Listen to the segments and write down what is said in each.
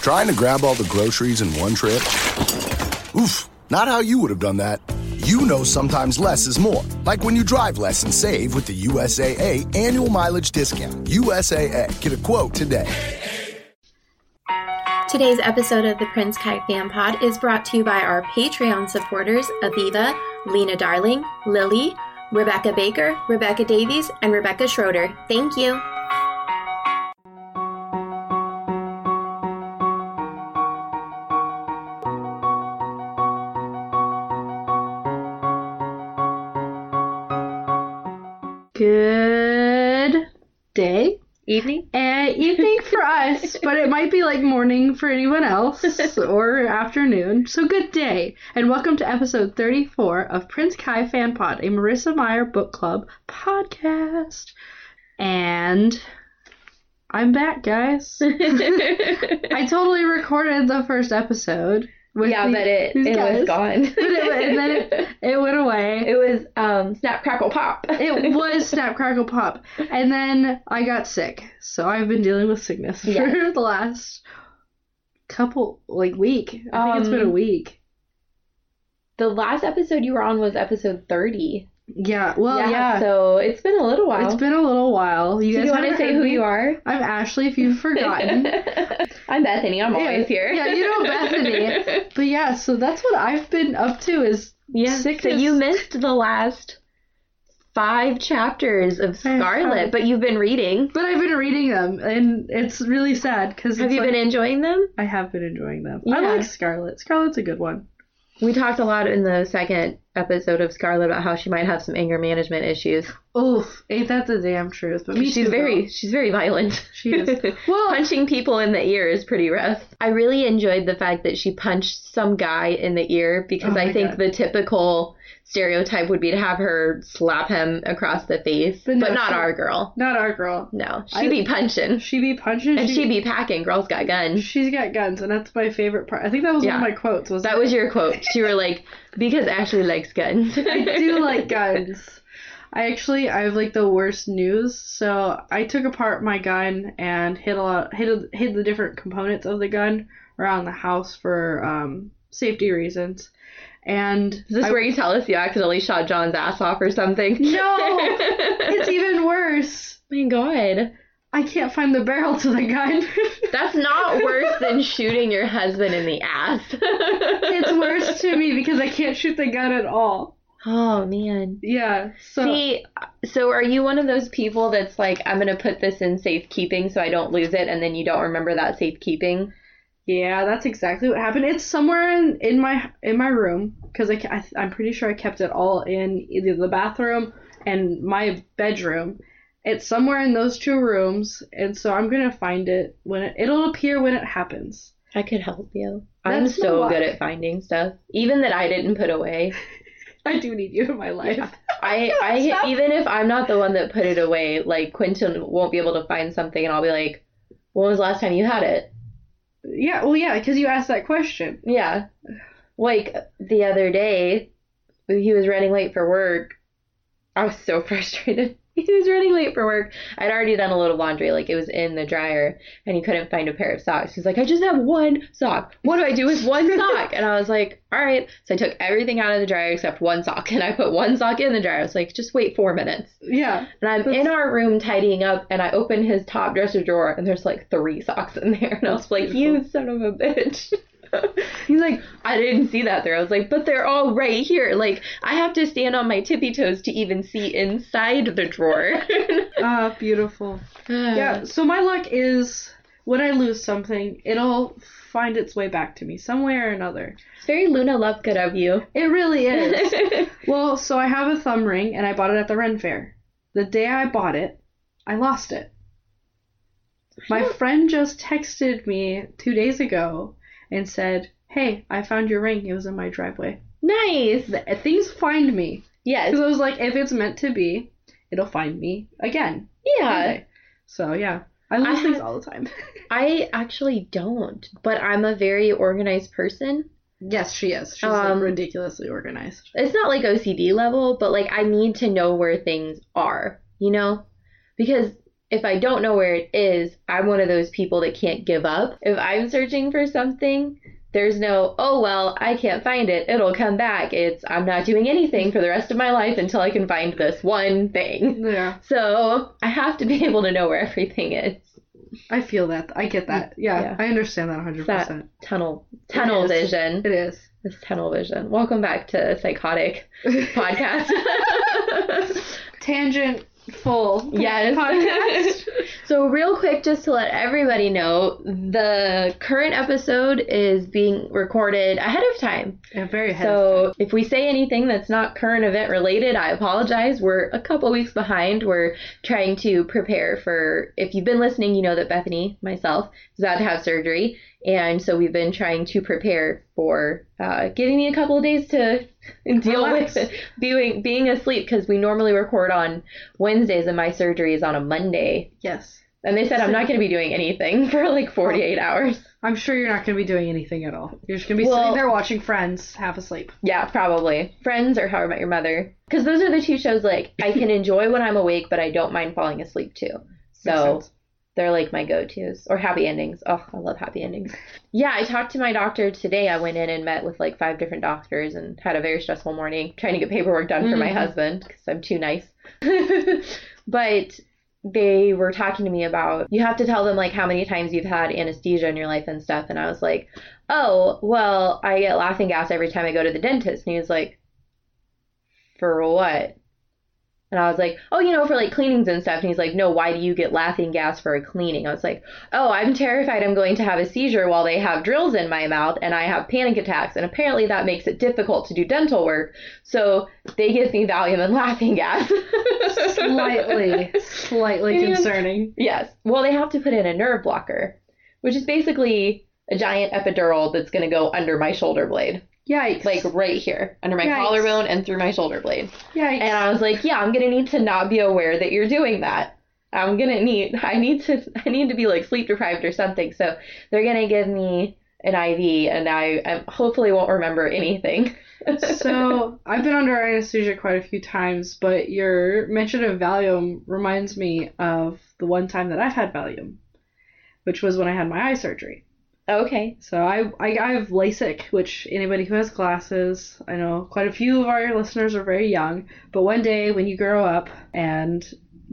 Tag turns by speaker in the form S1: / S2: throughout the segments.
S1: Trying to grab all the groceries in one trip? Oof, not how you would have done that. You know sometimes less is more. Like when you drive less and save with the USAA annual mileage discount. USAA, get a quote today.
S2: Today's episode of the Prince Kite Fan Pod is brought to you by our Patreon supporters Aviva, Lena Darling, Lily, Rebecca Baker, Rebecca Davies, and Rebecca Schroeder. Thank you.
S3: Good day.
S4: Evening?
S3: Uh, evening for us, but it might be like morning for anyone else or afternoon. So good day, and welcome to episode 34 of Prince Kai Fan Pod, a Marissa Meyer book club podcast. And I'm back, guys.
S4: yeah,
S3: I totally recorded the first episode. With the-
S4: but it,
S3: these
S4: it
S3: guys.
S4: was gone.
S3: But it, and then it, it went away.
S4: It was um, snap, crackle, pop.
S3: It was snap crackle pop, and then I got sick, so I've been dealing with sickness for
S4: Yes.
S3: the last couple like week. I think it's been a
S4: Um,
S3: week.
S4: the last episode you were on was episode 30.
S3: Yeah. Well, yeah.
S4: So Oh, it's been a little while.
S3: It's been a little while. You
S4: Do
S3: guys
S4: you want to
S3: haven't
S4: say
S3: heard
S4: who
S3: me?
S4: you are?
S3: I'm Ashley. If you've forgotten,
S4: I'm Bethany. I'm
S3: Yeah,
S4: always here.
S3: yeah, you know Bethany. but yeah, so that's what I've been up to. Is
S4: yeah.
S3: Sickness.
S4: So you missed the last five chapters of
S3: have.
S4: Scarlet, but you've been reading.
S3: but I've been reading them, and it's really sad because
S4: Have you been enjoying them?
S3: I have been enjoying them. I
S4: Yeah.
S3: like Scarlet. Scarlet's a good one.
S4: We talked a lot in the second episode of Scarlet about how she might have some anger management issues.
S3: Oof, ain't that the damn truth? But me
S4: she's
S3: too,
S4: very
S3: girl.
S4: she's very violent.
S3: She is. Well,
S4: punching people in the ear is pretty rough. I really enjoyed the fact that she punched some guy in the ear because
S3: Oh my
S4: I think
S3: God.
S4: the typical stereotype would be to have her slap him across the face,
S3: But
S4: but,
S3: no,
S4: not
S3: she-
S4: our girl.
S3: not our girl.
S4: No,
S3: I-
S4: she'd be punching
S3: She be punching.
S4: and she'd be packing. Girls got guns.
S3: She's got guns, and that's my favorite part. I think that was
S4: Yeah.
S3: one of my quotes. Was
S4: That was your quote. You were like, because Ashley likes guns.
S3: I do like guns. I actually I have like the worst news. So I took apart my gun and hid a lot hid hid the different components of the gun around the house for um, safety reasons. And
S4: Is this
S3: I-
S4: where you tell us you accidentally shot John's ass off or something?
S3: No! it's
S4: it's
S3: even worse.
S4: my god.
S3: I can't find the barrel to the gun.
S4: That's not worse than shooting your husband in the ass.
S3: it's worse to me because I can't shoot the gun at all.
S4: Oh man.
S3: Yeah. So
S4: See, so are you one of those people that's like, I'm gonna put this in safekeeping so I don't lose it, and then you don't remember that safekeeping?
S3: yeah, that's exactly what happened. It's somewhere in, in my in my room because I, ca- I I'm pretty sure I kept it all in either the bathroom and my bedroom. It's somewhere in those two rooms, and so I'm gonna find it when it, it'll appear when it happens.
S4: I could help you. I'm
S3: That's
S4: so
S3: no
S4: good
S3: lie.
S4: at finding stuff, even that I didn't put away.
S3: I do need you in my life.
S4: I, I even if I'm not the one that put it away, like Quentin won't be able to find something, and I'll be like, When was the last time you had it?
S3: Yeah. Well, yeah, because you asked that question.
S4: Yeah. Like the other day, he was running late for work. I was so frustrated. He was running late for work. I'd already done a load of laundry, like it was in the dryer, and he couldn't find a pair of socks. He's like, I just have one sock. What do I do with one sock? And I was like, All right. So I took everything out of the dryer except one sock, and I put one sock in the dryer. I was like, Just wait four minutes.
S3: Yeah.
S4: And I'm in our room tidying up, and I open his top dresser drawer, and there's like three socks in there. And I was like, You son of a bitch. He's like, I didn't see that there. I was like, But they're all right here. Like, I have to stand on my tippy toes to even see inside the drawer.
S3: Ah, beautiful. Yeah, so my luck is when I lose something, it'll find its way back to me some way or another.
S4: It's very Luna Lovegood of you.
S3: It really is. well, so I have a thumb ring and I bought it at the Ren Fair. The day I bought it, I lost it. My friend just texted me two days ago and said, Hey, I found your ring. It was in my driveway.
S4: nice.
S3: Th- Things find me.
S4: Yes.
S3: Because I was like, if it's meant to be, it'll find me again.
S4: Yeah.
S3: So, yeah. I lose
S4: I
S3: things
S4: have-
S3: all the time.
S4: I actually don't, but I'm a very organized person.
S3: Yes, she is. She's
S4: Um,
S3: like ridiculously organized.
S4: it's not like OCD level, but like I need to know where things are, you know? Because if I don't know where it is, I'm one of those people that can't give up. If I'm searching for something, there's no, oh, well, I can't find it. It'll come back. It's, I'm not doing anything for the rest of my life until I can find this one thing.
S3: Yeah.
S4: So I have to be able to know where everything is.
S3: I feel that. I get that. Yeah.
S4: Yeah.
S3: I understand that 100%.
S4: It's that tunnel, tunnel
S3: It is.
S4: vision.
S3: It is.
S4: This tunnel vision. Welcome back to Psychotic Podcast.
S3: Tangent full.
S4: Yes.
S3: Podcast.
S4: So, real quick, just to let everybody know, the current episode is being recorded ahead of time.
S3: yeah, very ahead of
S4: So, if we say anything that's not current event related, I apologize. We're a couple weeks behind. We're trying to prepare for, if you've been listening, you know that Bethany, myself, is about to have surgery. And so, we've been trying to prepare for uh, giving me a couple of days to deal
S3: Relax.
S4: with being, being asleep because we normally record on Wednesdays, and my surgery is on a Monday.
S3: Yes.
S4: And they said I'm not going to be doing anything for like 48 hours.
S3: I'm sure you're not going to be doing anything at all. You're just going to be
S4: Well-
S3: sitting there watching Friends, half asleep.
S4: Yeah, probably. Friends or How I Met Your Mother. Because those are the two shows like I can enjoy when I'm awake, but I don't mind falling asleep too.
S3: Makes
S4: So
S3: sense.
S4: they're like my go tos. Or happy endings. Oh, I love happy endings. Yeah, I talked to my doctor today. I went in and met with like five different doctors and had a very stressful morning trying to get paperwork done for my
S3: Mm.
S4: husband because I'm too nice. but they were talking to me about you have to tell them like how many times you've had anesthesia in your life and stuff. And I was like, oh, well, I get laughing gas every time I go to the dentist. And he was like, for what? And I was like, oh, you know, for like cleanings and stuff. And he's like, no, why do you get laughing gas for a cleaning? I was like, oh, I'm terrified I'm going to have a seizure while they have drills in my mouth and I have panic attacks. And apparently that makes it difficult to do dental work. So they give me Valium and laughing gas.
S3: Slightly, slightly
S4: Maybe I'm-
S3: concerning.
S4: Yes. Well, they have to put in a nerve blocker, which is basically a giant epidural that's going to go under my shoulder blade,
S3: Yikes.
S4: like right here, under my
S3: Yikes.
S4: collarbone and through my shoulder blade.
S3: Yikes.
S4: And I was like, yeah, I'm going to need to not be aware that you're doing that. I'm going to need I need to I need to be like sleep deprived or something. So, they're going to give me an IV and I, I hopefully won't remember anything.
S3: so I've been under anesthesia quite a few times, but your mention of Valium reminds me of the one time that I've had Valium, which was when I had my eye surgery.
S4: Okay.
S3: So I, I I have LASIK, which anybody who has glasses, I know quite a few of our listeners are very young, but one day when you grow up and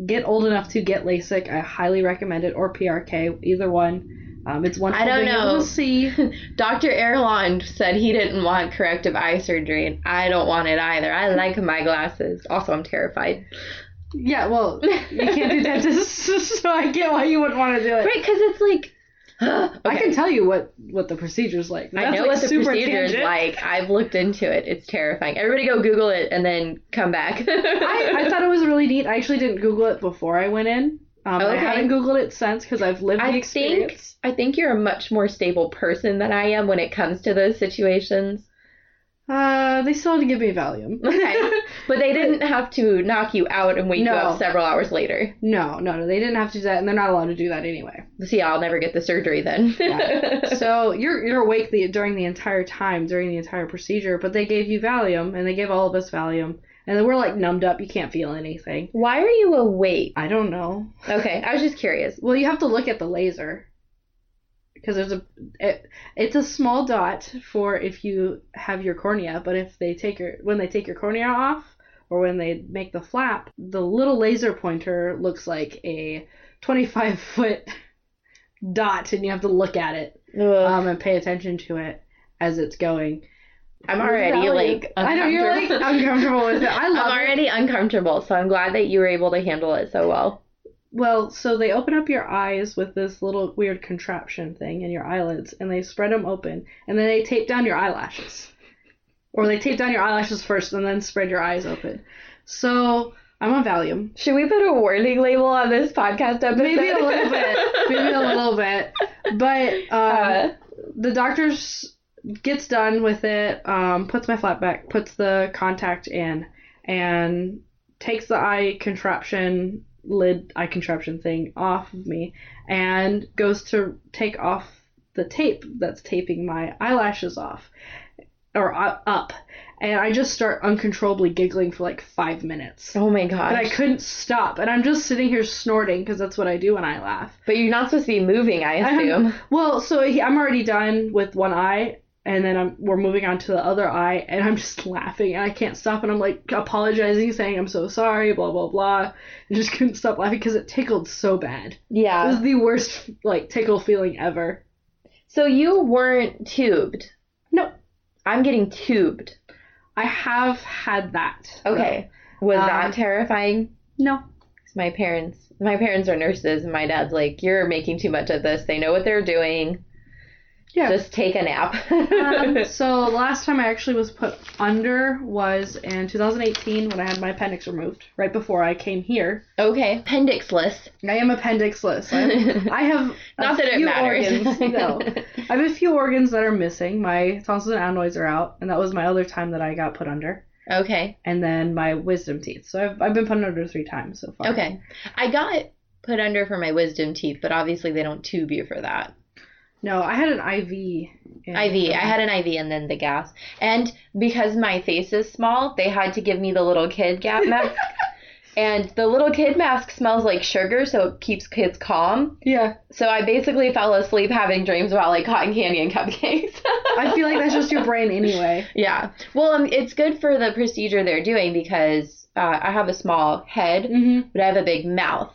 S3: get old enough to get LASIK, I highly recommend it or PRK, either one. Um, it's wonderful.
S4: I don't
S3: being able
S4: know.
S3: to see.
S4: Dr. Erlond said he didn't want corrective eye surgery, and I don't want it either. I like my glasses. Also, I'm terrified.
S3: Yeah, well, you can't do dentists, so I get why you wouldn't want to do it.
S4: Right, because it's like.
S3: I can tell you what what the procedure's like.
S4: I
S3: That's,
S4: know
S3: like,
S4: what the
S3: super
S4: procedure is
S3: tangent.
S4: like. I've looked into it. It's terrifying. Everybody go Google it and then come back.
S3: I, I thought it was really neat. I actually didn't Google it before I went in. Um, I
S4: Okay.
S3: haven't Googled it since because I've lived the
S4: I think
S3: experience.
S4: I think you're a much more stable person than I am when it comes to those situations.
S3: Uh, they still had to give me Valium.
S4: Okay. but they didn't have to knock you out and wake
S3: No.
S4: you up several hours later.
S3: No, no, no. They didn't have to do that, and they're not allowed to do that anyway.
S4: See, I'll never get the surgery then.
S3: so you're you're awake the, during the entire time during the entire procedure, but they gave you Valium, and they gave all of us Valium, and then we're like numbed up. You can't feel anything.
S4: Why are you awake?
S3: I don't know.
S4: Okay, I was just curious.
S3: Well, you have to look at the laser because there's a it, it's a small dot for if you have your cornea, but if they take your when they take your cornea off or when they make the flap, the little laser pointer looks like a 25 foot dot, and you have to look at it um, and pay attention to it as it's going.
S4: I'm already
S3: Valium.
S4: like
S3: I know you're like
S4: uncomfortable.
S3: uncomfortable with it. I
S4: I'm
S3: love it.
S4: already uncomfortable, so I'm glad that you were able to handle it so well.
S3: Well, so they open up your eyes with this little weird contraption thing in your eyelids, and they spread them open, and then they tape down your eyelashes. Or they tape down your eyelashes first and then spread your eyes open. So I'm on Valium.
S4: Should we put a warning label on this podcast episode?
S3: Maybe a little bit. Maybe a little bit. But um,
S4: Uh,
S3: the doctor gets done with it, um, puts my flap back, puts the contact in, and takes the eye contraption lid eye contraption thing off of me, and goes to take off the tape that's taping my eyelashes off or uh, up, and I just start uncontrollably giggling for like five minutes.
S4: Oh my gosh.
S3: But I couldn't stop, and I'm just sitting here snorting because that's what I do when I laugh.
S4: But you're not supposed to be moving, I assume.
S3: I'm- well, so he, I'm already done with one eye, and then I'm, we're moving on to the other eye, and I'm just laughing, and I can't stop, and I'm like apologizing, saying I'm so sorry, blah blah blah, and just couldn't stop laughing because it tickled so bad. It was
S4: yeah.
S3: the worst like tickle feeling ever.
S4: So you weren't tubed.
S3: No,
S4: I'm getting tubed.
S3: I have had that.
S4: Okay. Was
S3: Um,
S4: that terrifying?
S3: No.
S4: 'Cause My parents, my parents are nurses, and my dad's like, "You're making too much of this. They know what they're doing.
S3: Yeah.
S4: Just take a nap."
S3: um, so last time I actually was put under was in 2018 when I had my appendix removed, right before I came here.
S4: okay. Appendixless.
S3: I am appendixless. I'm, I have a
S4: Not that it
S3: few
S4: matters.
S3: Organs, no, I have a few organs that are missing. My tonsils and adenoids are out, and that was my other time that I got put under.
S4: Okay.
S3: And then my wisdom teeth. So I've, I've been put under three times so far.
S4: Okay. I got put under for my wisdom teeth, but obviously they don't tube you for that.
S3: No, I had an IV. in-
S4: IV. I had an IV and then the gas. And because my face is small, they had to give me the little kid gas mask. and the little kid mask smells like sugar, so it keeps kids calm.
S3: Yeah.
S4: So I basically fell asleep having dreams about like cotton candy and cupcakes.
S3: I feel like that's just your brain anyway.
S4: yeah. Well, um, it's good for the procedure they're doing because uh, I have a small head,
S3: Mm-hmm.
S4: but I have a big mouth.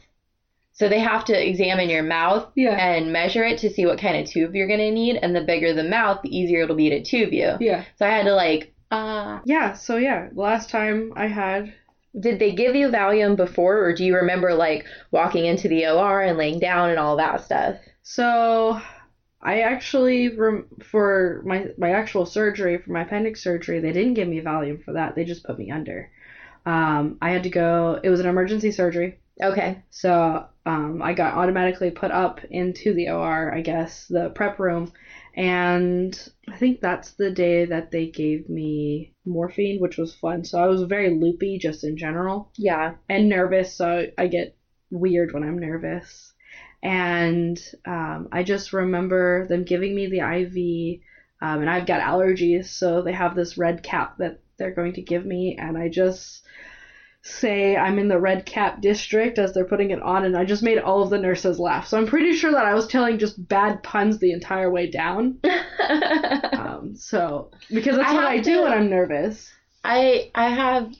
S4: So they have to examine your mouth
S3: Yeah.
S4: and measure it to see what kind of tube you're going to need. And the bigger the mouth, the easier it'll be to tube you.
S3: Yeah.
S4: So I had to like, uh,
S3: Yeah. So yeah, last time I had
S4: did they give you Valium before, or do you remember like walking into the OR and laying down and all that stuff?
S3: So I actually rem- for my my actual surgery for my appendix surgery, they didn't give me Valium for that. They just put me under. Um, I had to go. It was an emergency surgery,
S4: Okay.
S3: so um, I got automatically put up into the OR, I guess, the prep room, and I think that's the day that they gave me morphine, which was fun. So I was very loopy just in general
S4: Yeah.
S3: and nervous, so I get weird when I'm nervous. And um, I just remember them giving me the IV, um, and I've got allergies, so they have this red cap that they're going to give me, and I just say I'm in the red cap district as they're putting it on, and I just made all of the nurses laugh. So I'm pretty sure that I was telling just bad puns the entire way down. Um, so because that's
S4: I
S3: what
S4: have
S3: I do
S4: to-
S3: when I'm nervous.
S4: I I have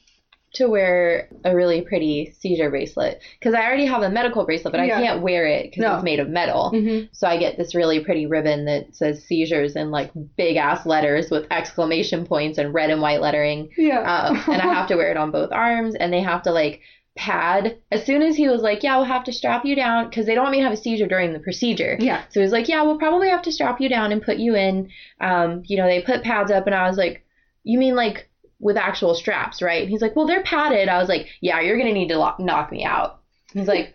S4: to wear a really pretty seizure bracelet because I already have a medical bracelet, but
S3: Yeah.
S4: I can't wear it because
S3: No.
S4: it's made of metal. So I get this really pretty ribbon that says seizures in like big ass letters with exclamation points and red and white lettering.
S3: Yeah.
S4: um, and I have to wear it on both arms, and they have to like pad. As soon as he was like, "Yeah, we'll have to strap you down," because they don't want me to have a seizure during the procedure.
S3: yeah.
S4: So he was like, "Yeah, we'll probably have to strap you down and put you in." Um, you know, they put pads up, and I was like, "You mean like with actual straps, right?" And he's like, "Well, they're padded." I was like, "Yeah, you're gonna need to lock, knock me out." He's like,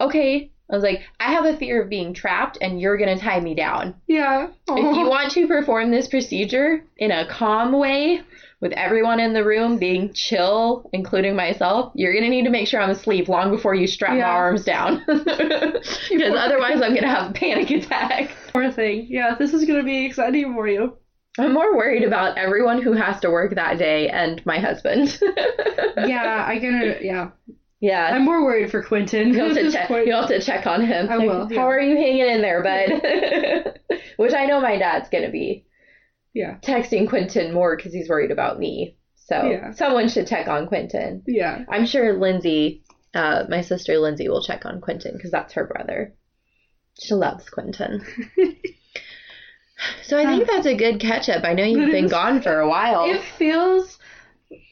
S4: "Okay." I was like, "I have a fear of being trapped, and you're gonna tie me down."
S3: Yeah. Oh,
S4: If you
S3: Aw.
S4: want to perform this procedure in a calm way, with everyone in the room being chill, including myself, you're going to need to make sure I'm asleep long before you strap my
S3: Yeah.
S4: arms down. Because otherwise, I'm going to have panic attacks.
S3: Poor thing. Yeah, this is gonna be exciting for you.
S4: I'm more worried about everyone who has to work that day and my husband.
S3: Yeah, I gonna. Yeah,
S4: yeah.
S3: I'm more worried for Quentin.
S4: You'll
S3: at
S4: have, to
S3: this
S4: check,
S3: point.
S4: you'll have to check on him.
S3: I will,
S4: How
S3: yeah.
S4: are you hanging in there, bud? Which I know my dad's going to be.
S3: Yeah,
S4: texting Quentin more because he's worried about me. So
S3: Yeah.
S4: someone should check on Quentin.
S3: yeah.
S4: I'm sure Lindsay, uh, my sister Lindsay, will check on Quentin because that's her brother. She loves Quentin. so I think that's a good catch up. I know you've
S3: Ah. That
S4: been
S3: is-
S4: gone for a while.
S3: It feels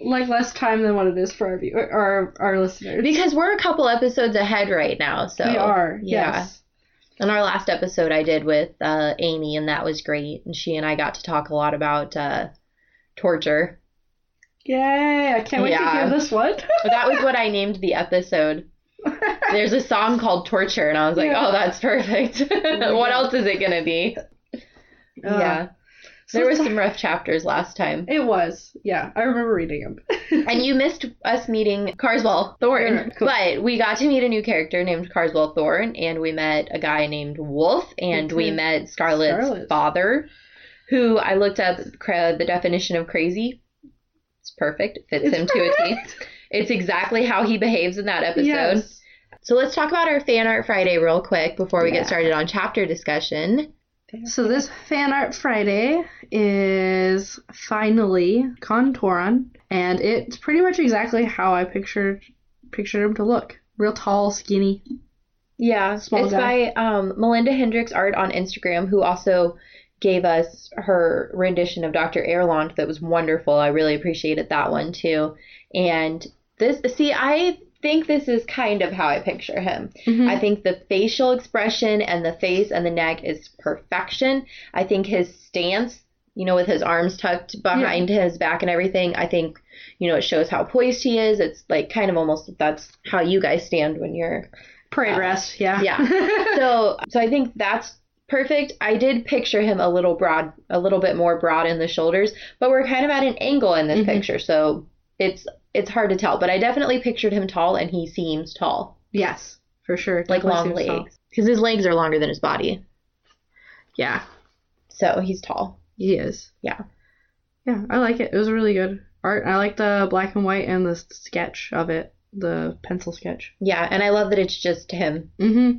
S3: like less time than what it is for our viewer, our our listeners.
S4: because we're a couple episodes ahead right now, so
S3: we are. Yes.
S4: And our last episode I did with uh, Amy, and that was great. And she and I got to talk a lot about uh, torture.
S3: Yay! I can't wait to
S4: Yeah.
S3: hear this one.
S4: that was what I named the episode. There's a song called Torture, and I was like,
S3: Yeah. Oh
S4: oh, that's perfect. what else is it going to be? yeah.
S3: Uh, So
S4: There were
S3: it's-
S4: some rough chapters last time.
S3: It was. Yeah, I remember reading them.
S4: And you missed us meeting Carswell Thorne.
S3: Yeah, cool.
S4: But we got to meet a new character named Carswell Thorne, and we met a guy named Wolf, and we
S3: Mhm.
S4: met Scarlett's
S3: Scarlet.
S4: father. who I looked up cra- the definition of crazy. It's perfect. It fits
S3: It's
S4: him to a T. It's exactly how he behaves in that episode.
S3: Yes.
S4: So let's talk about our Fan Art Friday real quick before we
S3: Yeah.
S4: get started on chapter discussion.
S3: So this Fan Art Friday is finally Contouron, and it's pretty much exactly how I pictured pictured him to look. Real tall, skinny.
S4: Yeah,
S3: Small
S4: it's
S3: guy.
S4: by um, Melinda Hendricks Art on Instagram, who also gave us her rendition of Dr. Erland that was wonderful. I really appreciated that one too. And this, see, I think this is kind of how I picture him. I think the facial expression and the face and the neck is perfection. I think his stance, you know, with his arms tucked behind his back and everything, I think, you know, it shows how poised he is. It's like kind of almost that's how you guys stand when you're
S3: Parade rest, yeah.
S4: yeah. so so I think that's perfect. I did picture him a little broad, a little bit more broad in the shoulders, but we're kind of at an angle in this
S3: Mhm.
S4: picture, so it's it's hard to tell. But I definitely pictured him tall, and he seems tall,
S3: yes, for sure.
S4: like long
S3: Definitely seems tall.
S4: legs, because his legs are longer than his body,
S3: Yeah,
S4: so he's tall.
S3: he is.
S4: Yeah.
S3: Yeah, I like it. It was really good art. I like the black and white and the s- sketch of it, the pencil sketch.
S4: Yeah, and I love that it's just him.
S3: Mm-hmm.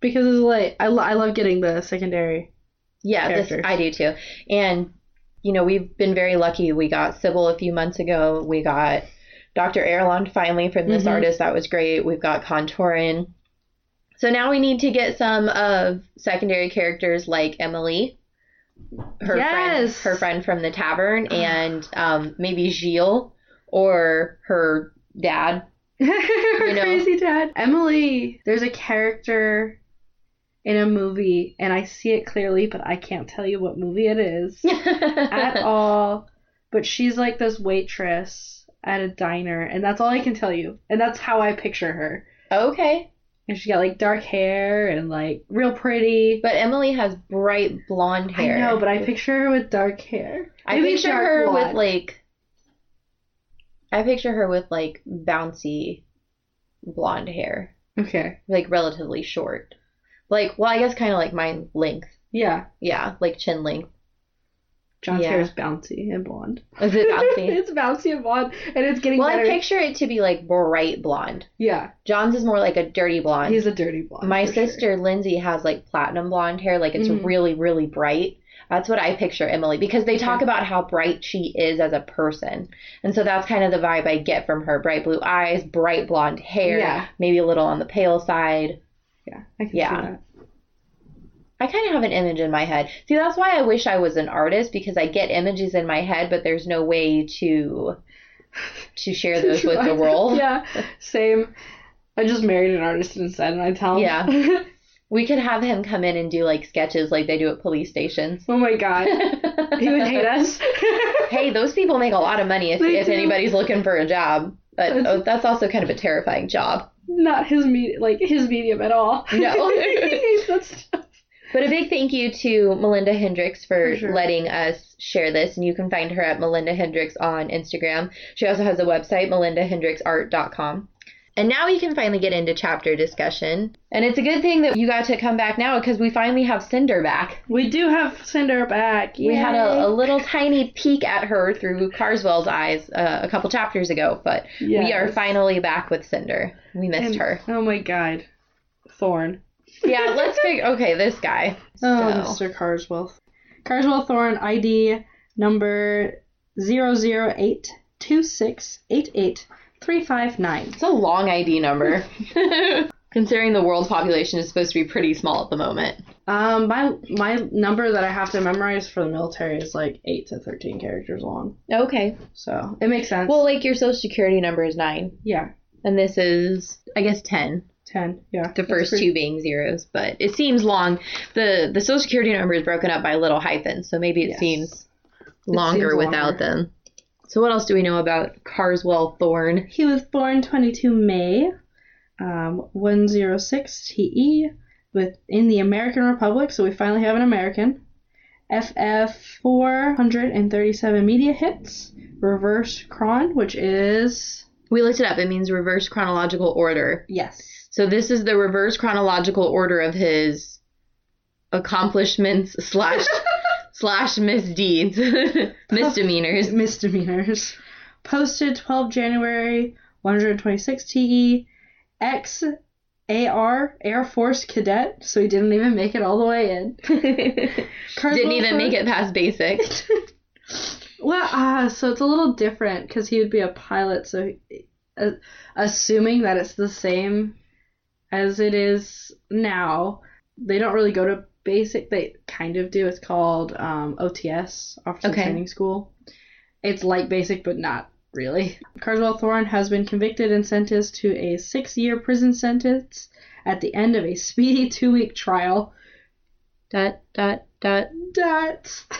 S3: Because it's like I, lo- I love getting the secondary.
S4: Yeah, this,
S3: Characters.
S4: I do too. And you know, we've been very lucky. We got Sybil a few months ago. We got Dr. Erland finally from this
S3: Mhm.
S4: artist. That was great. We've got Contourin. So now we need to get some of secondary characters like Emily, her
S3: Yes.
S4: friend, her friend from the tavern, and um, maybe Gilles or her dad. know?
S3: Crazy dad. Emily, there's a character in a movie, and I see it clearly, but I can't tell you what movie it is at all. But she's like this waitress at a diner, and that's all I can tell you. And that's how I picture her.
S4: okay,
S3: And she got like dark hair and like real pretty.
S4: but Emily has bright blonde hair.
S3: I know, but I picture her with dark hair.
S4: I
S3: Maybe
S4: picture
S3: dark
S4: her with
S3: blonde.
S4: like I picture her with like bouncy blonde hair,
S3: okay,
S4: like relatively short. Like, well, I guess kind of like my length.
S3: yeah.
S4: Yeah, like chin length.
S3: John's
S4: Yeah.
S3: hair is bouncy and blonde.
S4: Is it bouncy?
S3: it's bouncy and blonde, and it's getting
S4: well, I
S3: better.
S4: picture it to be like bright blonde.
S3: yeah,
S4: John's is more like a dirty blonde.
S3: he's a dirty blonde.
S4: my
S3: for sure.
S4: sister Lindsay has like platinum blonde hair, like it's
S3: Mhm.
S4: really really bright. That's what I picture Emily because they talk
S3: Okay.
S4: about how bright she is as a person. And so that's kind of the vibe I get from her. Bright blue eyes, bright blonde hair,
S3: Yeah.
S4: maybe a little on the pale side.
S3: Yeah, I can
S4: Yeah.
S3: see that.
S4: I kind of have an image in my head. See, that's why I wish I was an artist because I get images in my head, but there's no way to to share those with the world.
S3: yeah, same. I just married an artist instead, and I tell him.
S4: Yeah. We could have him come in and do like sketches like they do at police stations.
S3: oh my god, he would hate us.
S4: hey, those people make a lot of money if,
S3: They
S4: if
S3: do.
S4: anybody's looking for a job. But
S3: That's-
S4: oh, that's also kind of a terrifying job.
S3: Not his medium, like his medium at all.
S4: No.
S3: he hates that stuff.
S4: But a big thank you to Melinda Hendricks for,
S3: For sure.
S4: letting us share this. And you can find her at Melinda Hendricks on Instagram. She also has a website, melindahendricksart.com. And now we can finally get into chapter discussion. And it's a good thing that you got to come back now because we finally have Cinder back.
S3: We do have Cinder back.
S4: We had a, a
S3: Yay.
S4: little tiny peek at her through Carswell's eyes uh, a couple chapters ago, but we are
S3: Yes.
S4: finally back with Cinder. We missed
S3: And-
S4: her.
S3: Oh my god, Thorn.
S4: Yeah, let's figure. Okay, this guy.
S3: Oh,
S4: So-
S3: Mr. Carswell. Carswell Thorn ID number 00826883593.
S4: It's a long ID number. Considering the world's population is supposed to be pretty small at the moment.
S3: Um, my my number that I have to memorize for the military is like eight to thirteen characters long,
S4: Okay.
S3: so it makes sense.
S4: Well, like your social security number is nine,
S3: yeah,
S4: and this is, I guess, 10.
S3: ten. Yeah,
S4: The first two being zeros, but it seems long. The the social security number is broken up by little hyphens, so maybe it
S3: Yes.
S4: seems longer
S3: seems
S4: without
S3: longer.
S4: them. So what else do we know about Carswell Thorne?
S3: He was born twenty two May, um, one zero six TE, with in the American Republic. So we finally have an American. FF four hundred and thirty seven media hits. Reverse cron, which is
S4: We looked it up. It means reverse chronological order.
S3: yes,
S4: So this is the reverse chronological order of his accomplishments slash slash misdeeds, misdemeanors.
S3: misdemeanors. Posted 12 January 126 TE, ex AR Air Force cadet, so he didn't even make it all the way in.
S4: Didn't even make it past basic.
S3: Well, ah, so it's a little different because he would be a pilot, so he- uh, assuming that it's the same as it is now, they don't really go to basic. They kind of do. It's called um, OTS, Officer
S4: Okay.
S3: Training School. It's like basic, but not really. Carswell Thorne has been convicted and sentenced to a six-year prison sentence at the end of a speedy two-week trial.
S4: Dot dot dot.
S3: Dots.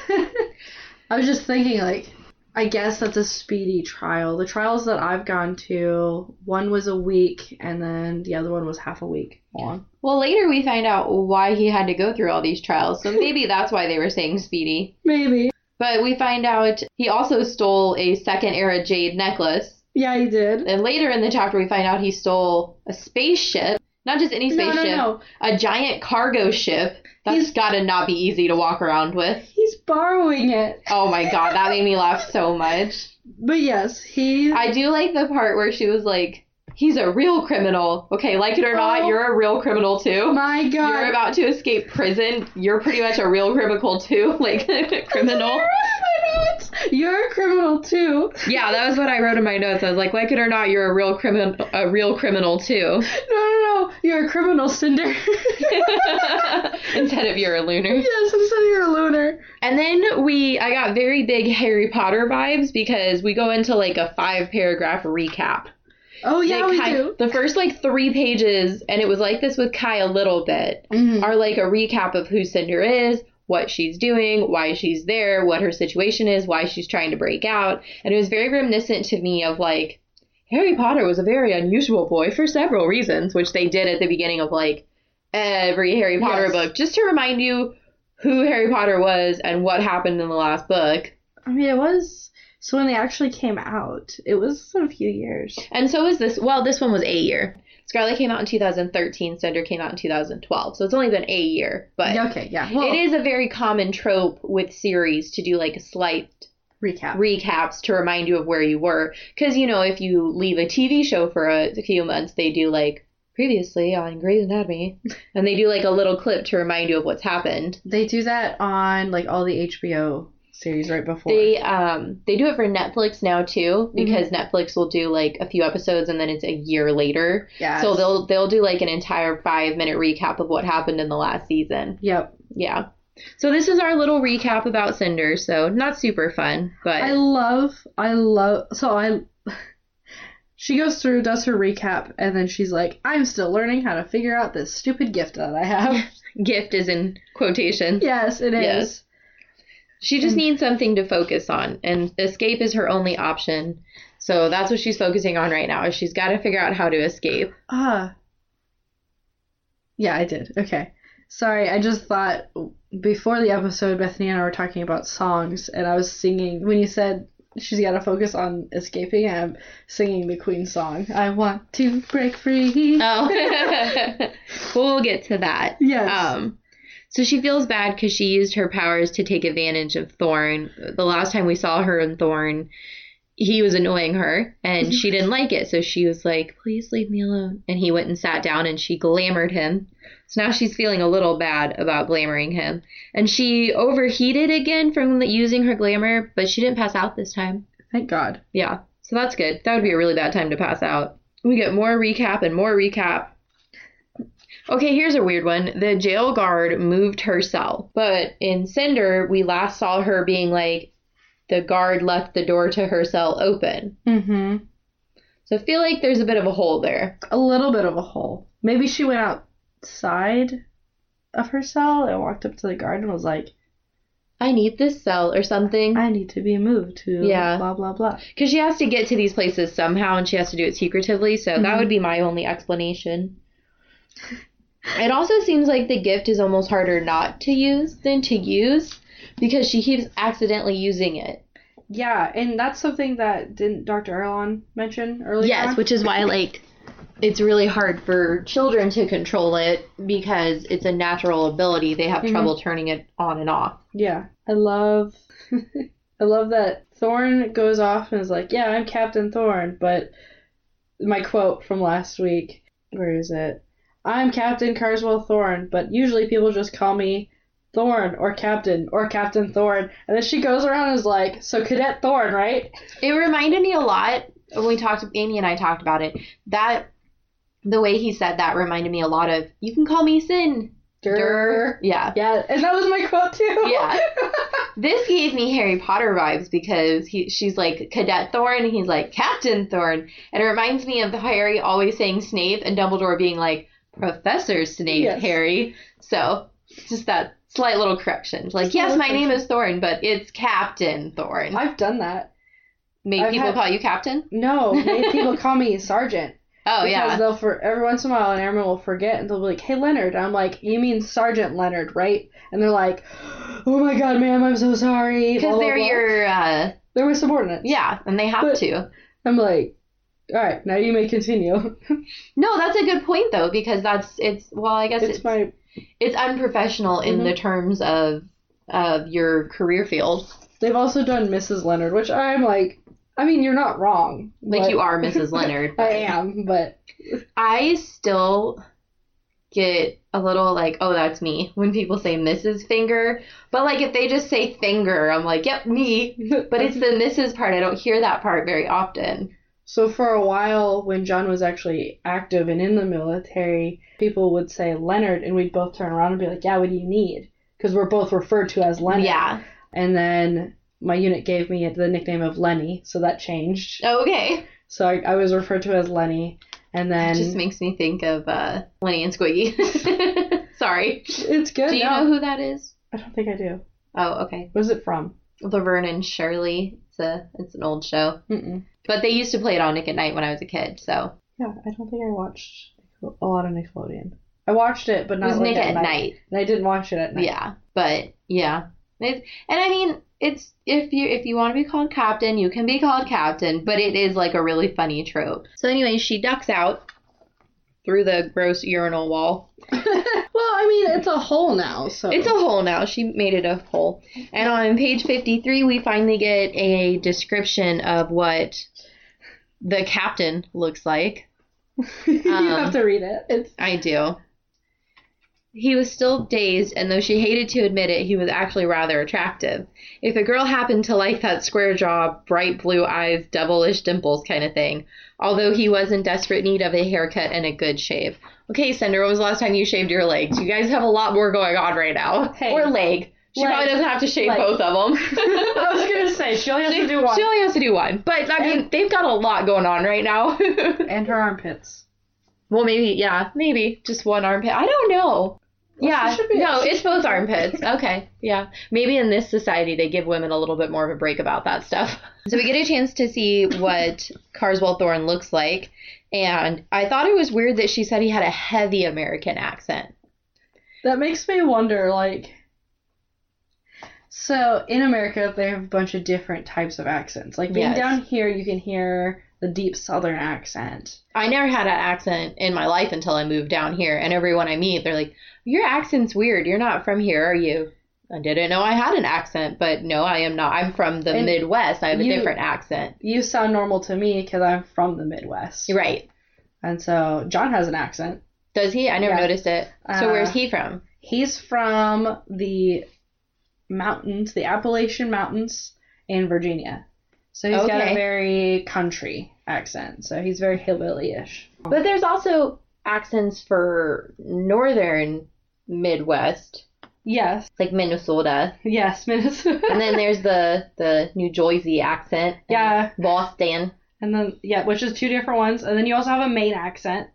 S3: I was just thinking, like, I guess that's a speedy trial. The trials that I've gone to, one was a week, and then the other one was half a week long.
S4: Well, later we find out why he had to go through all these trials, so maybe that's why they were saying speedy.
S3: Maybe.
S4: But we find out he also stole a second era jade necklace.
S3: Yeah, he did.
S4: And later in the chapter, we find out he stole a spaceship. Not just any
S3: No,
S4: spaceship,
S3: no, no.
S4: a giant cargo ship. That's
S3: He's-
S4: gotta not be easy to walk around with.
S3: He's borrowing it.
S4: Oh my god, that made me laugh so much.
S3: But yes, he.
S4: I do like the part where she was like, he's a real criminal. Okay, like it or not,
S3: Oh.
S4: you're a real criminal too.
S3: my God.
S4: you're about to escape prison. You're pretty much a real criminal too, like criminal.
S3: You're a criminal too.
S4: Yeah, that was what I wrote in my notes. I was like, like it or not, you're a real criminal, a real criminal too.
S3: No, no, no. You're a criminal, Cinder.
S4: Instead of you're a lunar.
S3: yes, I'm saying you're a lunar.
S4: And then we, I got very big Harry Potter vibes because we go into like a five paragraph recap.
S3: Oh, yeah,
S4: They
S3: we
S4: kind-
S3: do.
S4: The first like three pages, and it was like this with Kai a little bit,
S3: Mhm.
S4: are like a recap of who Cinder is, what she's doing, why she's there, what her situation is, why she's trying to break out. And it was very reminiscent to me of like Harry Potter was a very unusual boy for several reasons, which they did at the beginning of like every Harry Potter
S3: Yes.
S4: book, just to remind you who Harry Potter was and what happened in the last book.
S3: I mean, it was. So when they actually came out, it was a few years.
S4: And so is this. Well, this one was a year. Scarlet came out in 2013. Cinder came out in 2012. So it's only been a year, but
S3: Okay, yeah. Well,
S4: it is a very common trope with series to do like a slight
S3: recap.
S4: recaps to remind you of where you were. Because you know, if you leave a TV show for a, few months, they do like previously on Grey's Anatomy, and they do like a little clip to remind you of what's happened.
S3: they do that on like all the HBO series right before.
S4: They um they do it for Netflix now too
S3: Mm-hmm.
S4: because Netflix will do like a few episodes and then it's a year later.
S3: Yes.
S4: So they'll they'll do like an entire 5 minute recap of what happened in the last season.
S3: Yep.
S4: Yeah. So this is our little recap about Cinder, so not super fun, but
S3: I love. I love. So I. She goes through, does her recap, and then she's like, "I'm still learning how to figure out this stupid gift that I have."
S4: gift is in quotation.
S3: yes, it is.
S4: Yes. She just needs something to focus on, and escape is her only option. So that's what she's focusing on right now. Is she's got to figure out how to escape.
S3: Ah. Yeah, I did. Okay. Sorry, I just thought before the episode, Bethany and I were talking about songs, and I was singing when you said she's got to focus on escaping. I'm singing the Queen song. I want to break free.
S4: Oh, we'll get to that.
S3: Yes.
S4: Um, so she feels bad because she used her powers to take advantage of Thorn. The last time we saw her and Thorn, he was annoying her, and she didn't like it. So she was like, "Please leave me alone." And he went and sat down, and she glamored him. So now she's feeling a little bad about glamoring him, and she overheated again from the, using her glamour, but she didn't pass out this time.
S3: Thank God.
S4: Yeah, so that's good. That would be a really bad time to pass out. We get more recap and more recap. Okay, here's a weird one. The jail guard moved her cell, but in Cinder, we last saw her being like, the guard left the door to her cell open.
S3: Mm-hmm.
S4: So I feel like there's a bit of a hole there.
S3: A little bit of a hole. Maybe she went outside of her cell and walked up to the guard and was like,
S4: I need this cell or something.
S3: "I need to be moved to
S4: Yeah.
S3: blah blah blah."
S4: Because she has to get to these places somehow and she has to do it secretively, so that would be my only explanation. It also seems like the gift is almost harder not to use than to use because she keeps accidentally using it.
S3: Yeah, and that's something that didn't Dr. Erlon mention earlier.
S4: Yes,
S3: on?
S4: which is why like it's really hard for children to control it because it's a natural ability. They have
S3: Mhm.
S4: trouble turning it on and off.
S3: Yeah, I love, I love that Thorn goes off and is like, "Yeah, I'm Captain Thorn," but my quote from last week, where is it? I'm Captain Carswell Thorn, but usually people just call me Thorn or Captain or Captain Thorn, and then she goes around and is like, "So Cadet Thorn, right?"
S4: It reminded me a lot when we talked. Amy and I talked about it. That the way he said that reminded me a lot of "You can call me Sin." Durr. Yeah.
S3: Yeah, and that was my quote too.
S4: Yeah. This gave me Harry Potter vibes because he she's like Cadet Thorn and he's like Captain Thorn. And it reminds me of the Harry always saying Snape and Dumbledore being like Professor Snape
S3: Yes.
S4: Harry. So just that slight little correction. Like,
S3: Just a
S4: yes,
S3: little
S4: my name is Thorn, but it's Captain Thorn.
S3: I've done that.
S4: Made
S3: I've
S4: people
S3: had-
S4: call you Captain?
S3: No, many people call me Sergeant.
S4: Oh
S3: because
S4: yeah.
S3: they'll for every once in a while an airman will forget and they'll be like, "Hey Leonard," I'm like, "You mean Sergeant Leonard, right?" And they're like, "Oh my God, ma'am, I'm so sorry." blah,
S4: Because
S3: blah,
S4: they're
S3: blah.
S4: your uh
S3: they're my subordinates.
S4: yeah, and they have
S3: But-
S4: to.
S3: I'm like, all right, now you may continue.
S4: No, that's a good point though, because that's it's well, I guess
S3: it's my
S4: it's unprofessional in
S3: Mm-hmm.
S4: the terms of of your career field.
S3: they've also done Mrs. Leonard, which I'm like, I mean, you're not wrong.
S4: Like
S3: but-
S4: you are Mrs. Leonard.
S3: I
S4: but
S3: am, but
S4: I still get a little like, oh, that's me when people say Mrs. Finger. But like if they just say finger, I'm like, yep, me. But it's the Mrs. part. I don't hear that part very often.
S3: So for a while, when John was actually active and in the military, people would say Leonard, and we'd both turn around and be like, "Yeah, what do you need?" Because we're both referred to as Leonard.
S4: Yeah.
S3: And then my unit gave me the nickname of Lenny, so that changed.
S4: Okay.
S3: So I, I was referred to as Lenny, and
S4: It
S3: then
S4: just makes me think of uh, Lenny and Squiggy. Sorry.
S3: it's good.
S4: Do you
S3: now.
S4: know who that is?
S3: I don't think I do.
S4: Oh, okay.
S3: Where's it from?
S4: Laverne and Shirley. It's a it's an old show.
S3: Mm-mm.
S4: But they used to play it on Nick at Night when I was a kid, so
S3: Yeah, I don't think I watched a lot of Nickelodeon. I watched it, but
S4: it
S3: not
S4: was
S3: like
S4: Nick at night.
S3: And I didn't watch it at night.
S4: Yeah, but yeah, it, and I mean, it's if you if you want to be called captain, you can be called captain, but it is like a really funny trope. So anyway, she ducks out through the gross urinal wall.
S3: Well, I mean, it's a hole now, so
S4: It's a hole now. She made it a hole. And on page 53, we finally get a description of what the captain looks like.
S3: you
S4: um,
S3: have to read it. It's
S4: I do. He was still dazed, and though she hated to admit it, he was actually rather attractive. If a girl happened to like that square jaw, bright blue eyes, devilish dimples kind of thing, although he was in desperate need of a haircut and a good shave. Okay, Cinder, when was the last time you shaved your legs? You guys have a lot more going on right now.
S3: Hey.
S4: Or leg. She
S3: Leg.
S4: probably doesn't have to shave
S3: Leg.
S4: both of them.
S3: I was gonna say she only has to do one.
S4: She only has to do one. But, I mean, they've got a lot going on right now.
S3: and her armpits.
S4: Well, maybe, yeah, maybe just one armpit. I don't know. yeah,
S3: she should be-
S4: no,
S3: she
S4: it's both armpits. Okay, yeah, maybe in this society they give women a little bit more of a break about that stuff. So we get a chance to see what Carswell Thorne looks like, and I thought it was weird that she said he had a heavy American accent.
S3: That makes me wonder, like. So in America, they have a bunch of different types of accents. Like being
S4: Yes.
S3: down here, you can hear the deep Southern accent.
S4: I never had an accent in my life until I moved down here, and everyone I meet, they're like, "Your accent's weird. You're not from here, are you?" I didn't know I had an accent, but no, I am not. I'm from the
S3: And
S4: Midwest. I have a
S3: you-
S4: different accent.
S3: You sound normal to me because I'm from the Midwest,
S4: You're right.
S3: and so John has an accent.
S4: Does he? I never
S3: Yeah.
S4: noticed it. So
S3: Uh,
S4: where's he from?
S3: He's from the mountains, the Appalachian Mountains in Virginia. So he's got
S4: Okay.
S3: a very country accent. So he's very hillbilly-ish.
S4: But there's also accents for northern Midwest,
S3: Yes,
S4: like Minnesota,
S3: yes, Minnesota.
S4: and then there's the the New Jersey accent. and
S3: Yeah.
S4: Boston.
S3: And then yeah, which is two different ones. And then you also have a Maine accent.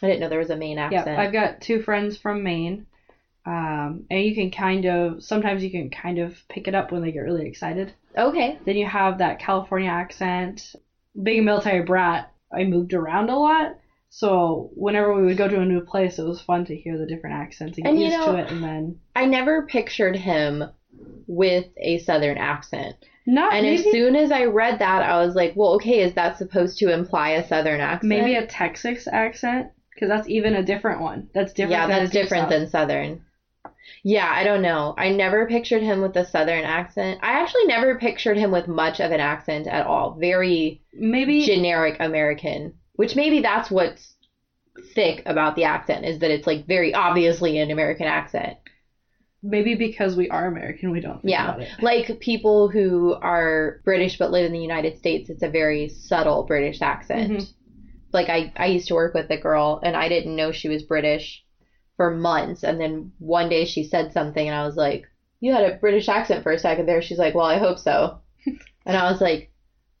S4: I didn't know there was a Maine accent.
S3: Yeah, I've got two friends from Maine. Um, and you can kind of sometimes you can kind of pick it up when they get really excited.
S4: okay.
S3: Then you have that California accent. Being a military brat, I moved around a lot. So whenever we would go to a new place, it was fun to hear the different accents and get
S4: And you
S3: used
S4: know-
S3: to it. And then
S4: I never pictured him with a southern accent.
S3: Not
S4: And as
S3: maybe,
S4: soon as I read that, I was like, well, okay, is that supposed to imply a southern accent?
S3: maybe a Texas accent because that's even a different one. That's different.
S4: yeah,
S3: than
S4: that's
S3: a deep
S4: different
S3: South.
S4: than southern. Yeah, I don't know. I never pictured him with a southern accent. I actually never pictured him with much of an accent at all. Very
S3: maybe
S4: generic American, which maybe that's what's thick about the accent is that it's like very obviously an American accent.
S3: maybe because we are American, we don't. Think
S4: Yeah.
S3: About it.
S4: Like people who are British but live in the United States, it's a very subtle British accent.
S3: Mhm.
S4: Like I, I used to work with a girl and I didn't know she was British for months and then one day she said something and I was like, You had a British accent for a second there. She's like, Well, I hope so. and I was like,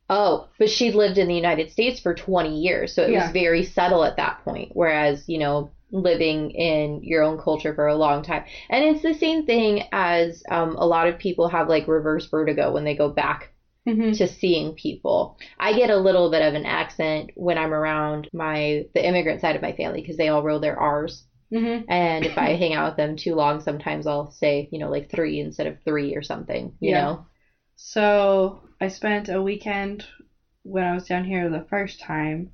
S4: Oh, but she'd lived in the United States for 20 years, so it
S3: Yeah.
S4: was very subtle at that point. Whereas, you know, living in your own culture for a long time. And it's the same thing as um, a lot of people have like reverse vertigo when they go back
S3: Mhm.
S4: to seeing people. I get a little bit of an accent when I'm around my the immigrant side of my family because they all roll their R's.
S3: Mhm.
S4: And if I hang out with them too long, sometimes I'll say, you know, like three instead of three or something, you
S3: Yeah.
S4: know?
S3: So I spent a weekend when I was down here the first time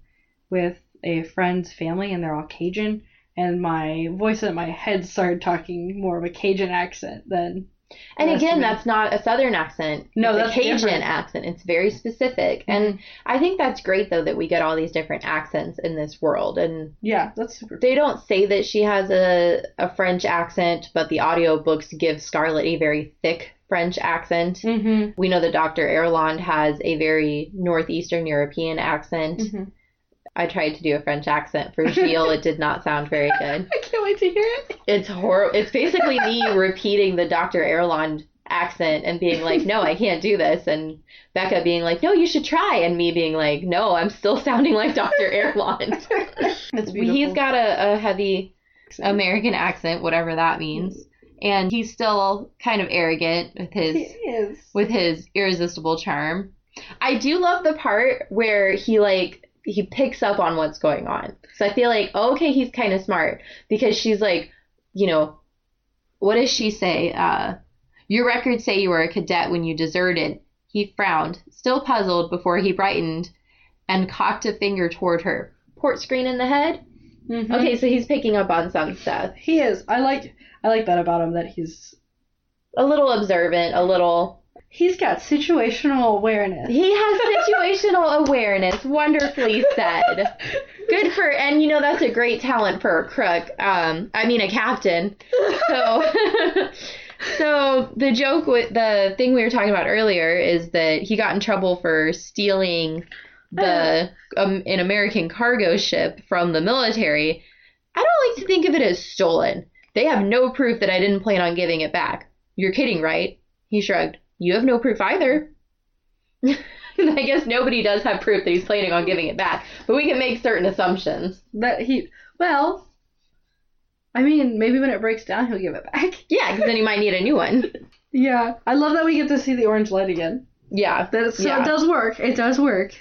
S3: with a friend's family, and they're all Cajun. And my voice in my head started talking more of a Cajun accent than
S4: And
S3: That's
S4: again,
S3: me.
S4: that's not a Southern accent.
S3: No,
S4: it's
S3: that's
S4: a Cajun
S3: different. Mm-hmm.
S4: accent. It's very specific. And I think that's great, though, that we get all these different accents in this world. And
S3: yeah, that's super.
S4: they don't say that she has a, a French accent, but the audiobooks give Scarlett a very thick French accent.
S3: Mm-hmm.
S4: We know that Dr. Erland has a very Northeastern European accent.
S3: Mm-hmm.
S4: I tried to do a French accent for Gilles. it did not sound very good.
S3: I can't wait to hear it.
S4: It's horrible. It's basically me repeating the Dr. Erland accent and being like, no, I can't do this. And Becca being like, no, you should try. And me being like, no, I'm still sounding like Dr. Erland.
S3: That's beautiful.
S4: He's got a, a heavy American accent, whatever that means.
S3: Mm.
S4: And he's still kind of arrogant with
S3: He
S4: his
S3: is.
S4: with his irresistible charm. I do love the part where he like he picks up on what's going on. So I feel like oh, okay, he's kind of smart because she's like, you know, what does she say? Uh, Your records say you were a cadet when you deserted. He frowned, still puzzled, before he brightened and cocked a finger toward her. Port screen in the head.
S3: Mhm.
S4: Okay, so he's picking up on some stuff.
S3: He is. I like. I like that about him. That he's.
S4: A little observant, a little
S3: He's got situational awareness.
S4: He has situational awareness. Wonderfully said. Good for, and you know, that's a great talent for a crook. Um, I mean, a captain. So, so the joke with the thing we were talking about earlier is that he got in trouble for stealing the um, an American cargo ship from the military. I don't like to think of it as stolen. They have no proof that I didn't plan on giving it back. You're kidding, right? He shrugged. You have no proof either. I guess nobody does have proof that he's planning on giving it back, but we can make certain assumptions.
S3: That he. Well. I mean, maybe when it breaks down, he'll give it back.
S4: Yeah, because then he might need a new one.
S3: Yeah, I love that we get to see the orange light again.
S4: Yeah.
S3: That so
S4: Yeah.
S3: it does work. It does work.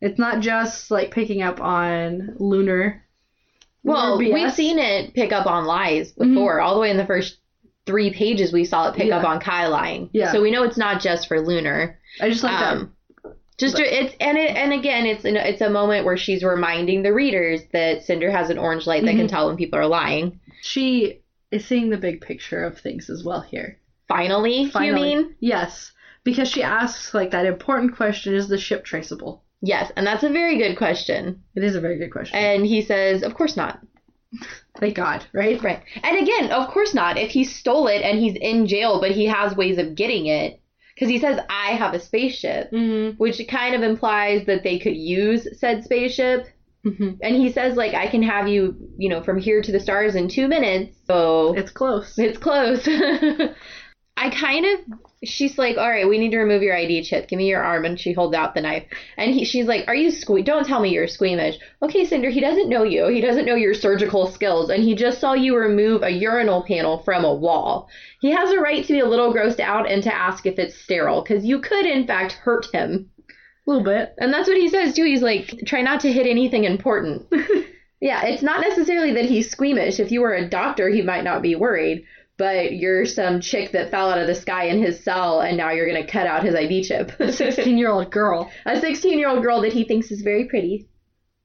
S3: It's not just like picking up on lunar.
S4: Well,
S3: lunar BS.
S4: we've seen it pick up on lies before. All the way in the first three pages, we saw it pick
S3: Mm-hmm. Yeah.
S4: up on Kai lying.
S3: Yeah.
S4: So we know it's not just for Lunar.
S3: I just like that.
S4: Um, just to- it's and it and again it's an, it's a moment where she's reminding the readers that Cinder has an orange light that
S3: Mm-hmm.
S4: can tell when people are lying.
S3: She is seeing the big picture of things as well here.
S4: Finally,
S3: Finally.
S4: you mean?
S3: Yes, because she asks like that important question: Is the ship traceable?
S4: Yes, and that's a very good question.
S3: It is a very good question.
S4: And he says, "Of course not."
S3: Thank God, right?
S4: Right. And again, of course not. If he stole it and he's in jail, but he has ways of getting it, because he says, I have a spaceship,
S3: Mm-hmm.
S4: which kind of implies that they could use said spaceship.
S3: Mhm.
S4: And he says, like, I can have you, you know, from here to the stars in two minutes. So
S3: It's close.
S4: it's close. I kind of, she's like, all right, we need to remove your ID chip. Give me your arm. And she holds out the knife. And he, she's like, are you sque? Don't tell me you're squeamish. Okay, Cinder, he doesn't know you. He doesn't know your surgical skills. And he just saw you remove a urinal panel from a wall. He has a right to be a little grossed out and to ask if it's sterile because you could, in fact, hurt him.
S3: A little bit.
S4: And that's what he says, too. He's like, try not to hit anything important. yeah, it's not necessarily that he's squeamish. If you were a doctor, he might not be worried. but you're some chick that fell out of the sky in his cell and now you're going to cut out his ID chip.
S3: A 16 year old girl.
S4: a 16 year old girl that he thinks is very pretty.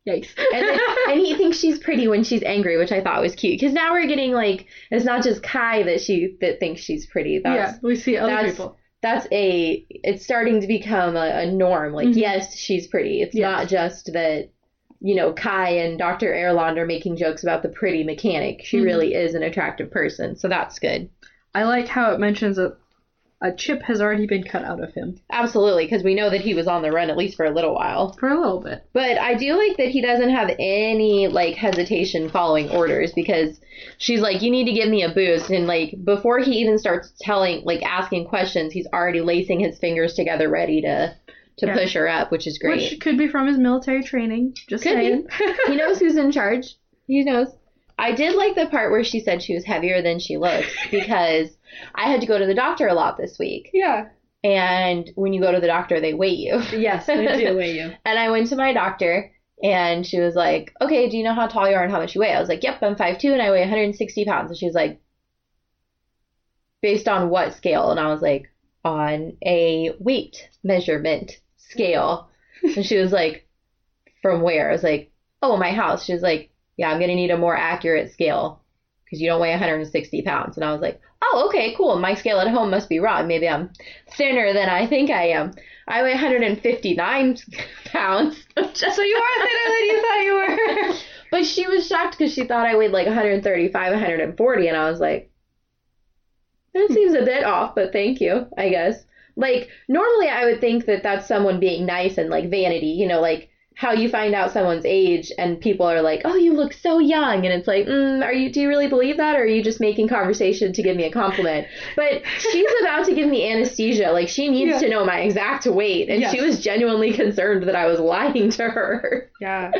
S3: Yikes.
S4: And, then, and he thinks she's pretty when she's angry, which I thought was cute. Because now we're getting like, it's not just Kai that she that thinks she's pretty. That's,
S3: yeah, we see other
S4: that's-
S3: people.
S4: that's a it's starting to become a, a norm. Like,
S3: Mhm.
S4: yes, she's pretty. It's
S3: Yes.
S4: not just that, you know, Kai and Dr. Erland are making jokes about the pretty mechanic. She
S3: Mhm.
S4: really is an attractive person, so that's good.
S3: I like how it mentions that a chip has already been cut out of him
S4: Absolutely, because we know that he was on the run at least for a little while.
S3: for a little bit.
S4: But I do like that he doesn't have any like hesitation following orders because she's like, you need to give me a boost, and like before he even starts telling, like asking questions, he's already lacing his fingers together, ready to to
S3: Yeah.
S4: push her up, which is great.
S3: Which could be from his military training. Just
S4: Could
S3: saying.
S4: he knows who's in charge. He knows. I did like the part where she said she was heavier than she looks because I had to go to the doctor a lot this week.
S3: yeah.
S4: And when you go to the doctor, they weigh you.
S3: Yes, they do weigh you.
S4: And I went to my doctor and she was like, Okay, do you know how tall you are and how much you weigh? I was like, Yep, I'm 5'2 and I weigh 160 pounds. And she was like, Based on what scale? And I was like, On a weight measurement scale. and she was like, From where? I was like, Oh, my house. She was like, Yeah, I'm going to need a more accurate scale because you don't weigh 160 pounds. And I was like, Oh, okay, cool. My scale at home must be wrong. Maybe I'm thinner than I think I am. I weigh 159 pounds.
S3: So you are thinner than you thought you were.
S4: But she was shocked because she thought I weighed like 135, 140, and I was like, that seems a bit off, but thank you, I guess. Like, normally I would think that that's someone being nice and like vanity, you know, like how you find out someone's age and people are like, oh, you look so young. And it's like, mm, are you, do you really believe that? Or are you just making conversation to give me a compliment? But she's about to give me anesthesia. Like, she needs
S3: Yeah.
S4: to know my exact weight. And
S3: Yes.
S4: she was genuinely concerned that I was lying to her.
S3: yeah.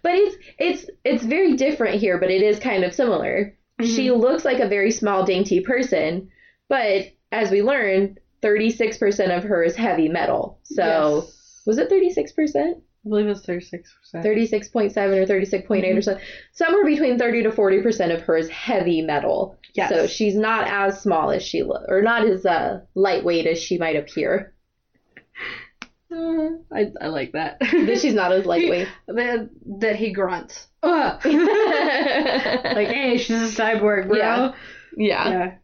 S4: But it's it's it's very different here, but it is kind of similar.
S3: Mhm.
S4: She looks like a very small, dainty person, but as we learned, thirty six percent of her is heavy metal. So
S3: Yes.
S4: was it thirty six percent?
S3: I believe it's 36%.
S4: Thirty six point seven or thirty six point
S3: Mm-hmm.
S4: eight or something. Somewhere between thirty to forty percent of her is heavy metal.
S3: Yes.
S4: So she's not as small as she looks, or not as uh, lightweight as she might appear.
S3: Uh, I, I like that.
S4: That she's not as lightweight.
S3: that, that he grunts. like,
S4: like
S3: hey, she's a cyborg, bro.
S4: Yeah. yeah.
S3: Yeah.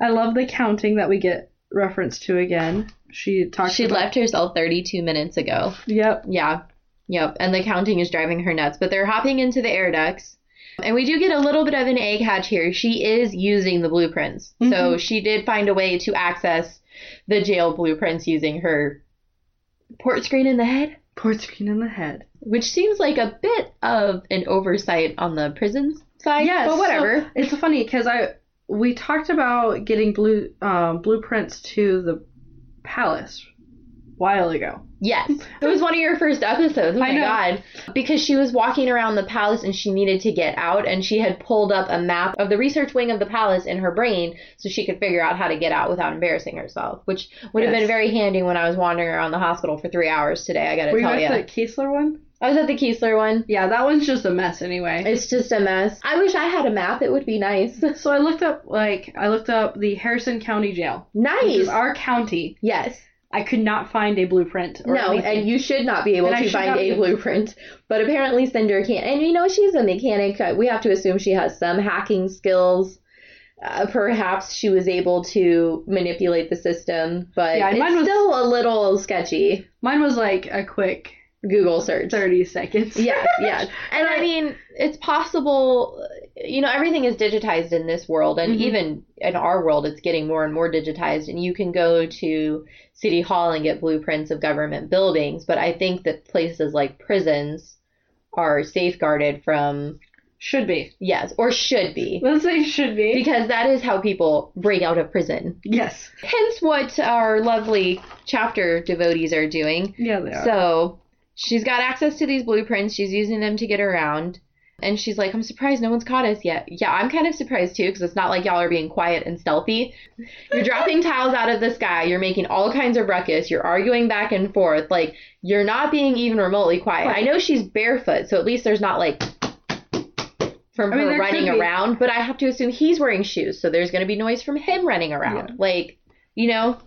S3: I love the counting that we get reference to again. She talks
S4: She
S3: about-
S4: left herself 32 minutes ago.
S3: Yep.
S4: Yeah. Yep. And the counting is driving her nuts. But they're hopping into the air ducts. And we do get a little bit of an egg hatch here. She is using the blueprints. So she did find a way to access the jail blueprints using her port screen in the head,
S3: Port screen in the head.
S4: which seems like a bit of an oversight on the prison side.
S3: Yes,
S4: But whatever.
S3: so it's funny because I we talked about getting blue um, blueprints to the palace while ago.
S4: Yes. It was one of your first episodes. Oh
S3: I
S4: my
S3: know.
S4: god. Because she was walking around the palace and she needed to get out and she had pulled up a map of the research wing of the palace in her brain so she could figure out how to get out without embarrassing herself, which would have
S3: Yes.
S4: been very handy when I was wandering around the hospital for 3 hours today, I got to
S3: Were you
S4: tell
S3: at
S4: you.
S3: the Kiesler one?
S4: I was at the Keesler one.
S3: Yeah, that one's just a mess anyway.
S4: It's just a mess. I wish I had a map. It would be nice.
S3: So I looked up like I looked up the Harrison County Jail, which
S4: nice.
S3: is our county.
S4: yes.
S3: I could not find a blueprint or
S4: no,
S3: anything.
S4: and you should not be able
S3: And I
S4: to
S3: should
S4: find
S3: not
S4: a
S3: be-
S4: blueprint. But apparently Cinder can. And you know, she's a mechanic. Uh, We have to assume she has some hacking skills. Uh, perhaps she was able to manipulate the system, but
S3: Yeah, and mine
S4: it's
S3: was-
S4: still a little sketchy.
S3: Mine was like a quick
S4: Google search.
S3: thirty seconds.
S4: Yes, yes. And I mean, it's possible, you know, everything is digitized in this world, and
S3: Mhm.
S4: even in our world, it's getting more and more digitized. And you can go to City Hall and get blueprints of government buildings, but I think that places like prisons are safeguarded from,
S3: Should be.
S4: yes, or should be,
S3: Let's say should be.
S4: because that is how people break out of prison.
S3: yes.
S4: Hence, what our lovely chapter devotees are doing.
S3: Yeah, they are.
S4: So she's got access to these blueprints. She's using them to get around. And she's like, I'm surprised no one's caught us yet. Yeah, I'm kind of surprised too, because it's not like y'all are being quiet and stealthy. You're dropping tiles out of the sky. You're making all kinds of ruckus. You're arguing back and forth. Like, you're not being even remotely quiet. I know she's barefoot, so at least there's not like from
S3: I mean,
S4: her
S3: there could
S4: running
S3: be.
S4: around, but I have to assume he's wearing shoes, so there's going to be noise from him running around.
S3: Yeah.
S4: Like, you know?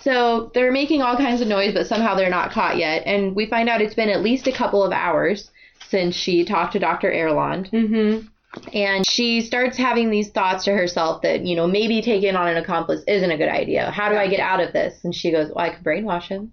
S4: So they're making all kinds of noise, but somehow they're not caught yet. And we find out it's been at least a couple of hours since she talked to Dr. Erland.
S3: Mm-hmm.
S4: And she starts having these thoughts to herself that, you know, maybe taking on an accomplice isn't a good idea. How do I get out of this? And she goes, Well, I could brainwash him.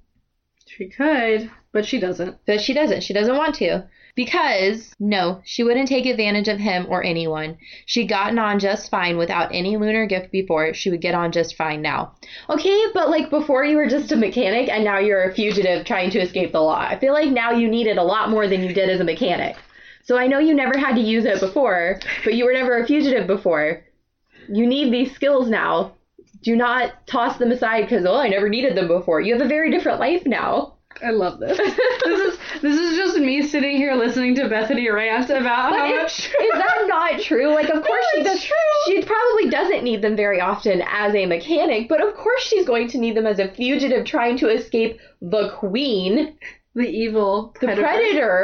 S3: She could, but she doesn't.
S4: But she doesn't. She doesn't want to. Because, no, she wouldn't take advantage of him or anyone. She'd gotten on just fine without any lunar gift before. She would get on just fine now. Okay, but like before you were just a mechanic and now you're a fugitive trying to escape the law. I feel like now you need it a lot more than you did as a mechanic. So I know you never had to use it before, but you were never a fugitive before. You need these skills now. Do not toss them aside because, oh, I never needed them before. You have a very different life now.
S3: I love this. this is this is just me sitting here listening to Bethany rant about
S4: But
S3: how
S4: is,
S3: much.
S4: is that not true? Like, of course she
S3: it's
S4: does. She probably doesn't need them very often as a mechanic, but of course she's going to need them as a fugitive trying to escape the queen,
S3: the evil
S4: the predator,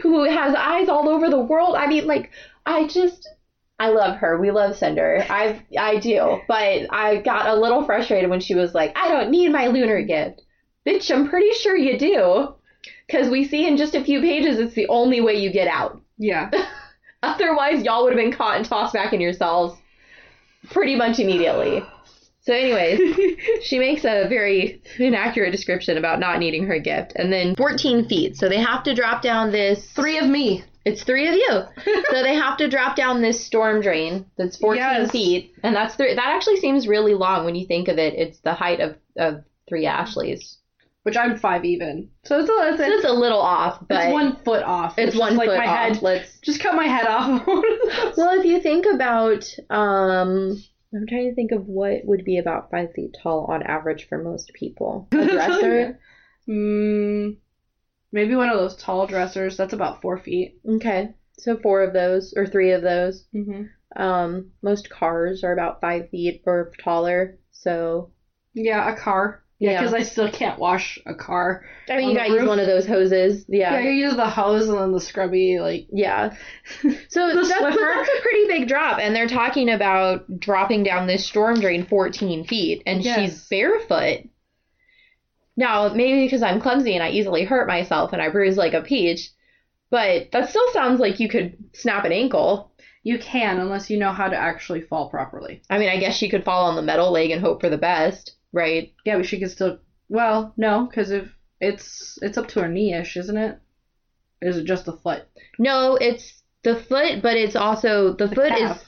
S4: who has eyes all over the world. I mean, like, I just. I love her. We love Cinder. I I do. But I got a little frustrated when she was like, "I don't need my lunar gift." Bitch, I'm pretty sure you do. Cuz we see in just a few pages it's the only way you get out.
S3: Yeah.
S4: Otherwise, y'all would have been caught and tossed back in yourselves pretty much immediately. So, anyways, she makes a very inaccurate description about not needing her gift. And then 14 feet. So they have to drop down this.
S3: Three of me.
S4: It's three of you. so they have to drop down this storm drain that's 14
S3: Yes.
S4: feet. And that's three. That actually seems really long when you think of it. It's the height of, of three Ashleys.
S3: Which I'm five even. So it's a, it's,
S4: So it's
S3: it's,
S4: a little off, but it's one,
S3: one foot off. which is like
S4: foot
S3: my
S4: off.
S3: Head.
S4: Let's
S3: Just cut my head off.
S4: Well, if you think about, um, I'm trying to think of what would be about five feet tall on average for most people. A dresser.
S3: mm, maybe one of those tall dressers. That's about four feet.
S4: okay, so four of those or three of those.
S3: Mm-hmm.
S4: Um, most cars are about five feet or taller. So
S3: Yeah, a car. Yeah,
S4: Yeah.
S3: because I still can't wash a car.
S4: I mean,
S3: On
S4: you
S3: the
S4: gotta use
S3: roof?
S4: one of those hoses.
S3: Yeah,
S4: Yeah.
S3: you use the hose and then the scrubby, like.
S4: Yeah. So that's, but
S3: slipper.
S4: that's a pretty big drop. And they're talking about dropping down this storm drain 14 feet, and
S3: Yes.
S4: she's barefoot. Now, maybe because I'm clumsy and I easily hurt myself and I bruise like a peach, but that still sounds like you could snap an ankle.
S3: You can, unless you know how to actually fall properly.
S4: I mean, I guess she could fall on the metal leg and hope for the best, right?
S3: Yeah, but she can still. Well, no, because if it's it's up to her knee ish, isn't it? Or Is it just the foot?
S4: No, it's the foot, but it's also the, foot is
S3: Calf.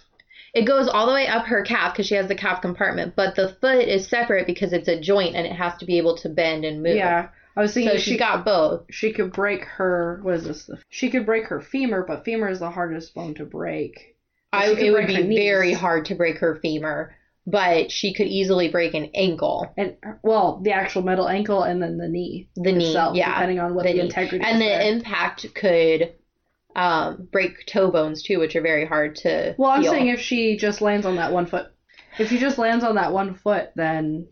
S4: It goes all the way up her calf because she has the calf compartment, but the foot is separate because it's a joint and it has to be able to bend and move.
S3: Yeah, I was thinking
S4: So
S3: she
S4: she
S3: got
S4: got both.
S3: she could break her. What is this? The- She could break her femur, but femur is the hardest bone to break. But
S4: I,
S3: she could
S4: it would
S3: break her
S4: be
S3: knees.
S4: very hard to break her femur, but she could easily break an ankle,
S3: And well, the actual metal ankle and then the knee
S4: the knee,
S3: itself,
S4: yeah,
S3: depending on what
S4: the
S3: the,
S4: knee.
S3: integrity
S4: and
S3: is
S4: the
S3: there.
S4: impact could um, break toe bones too, which are very hard to.
S3: Well, I'm
S4: heal.
S3: saying if she just lands on that one foot, if she just lands on that one foot, then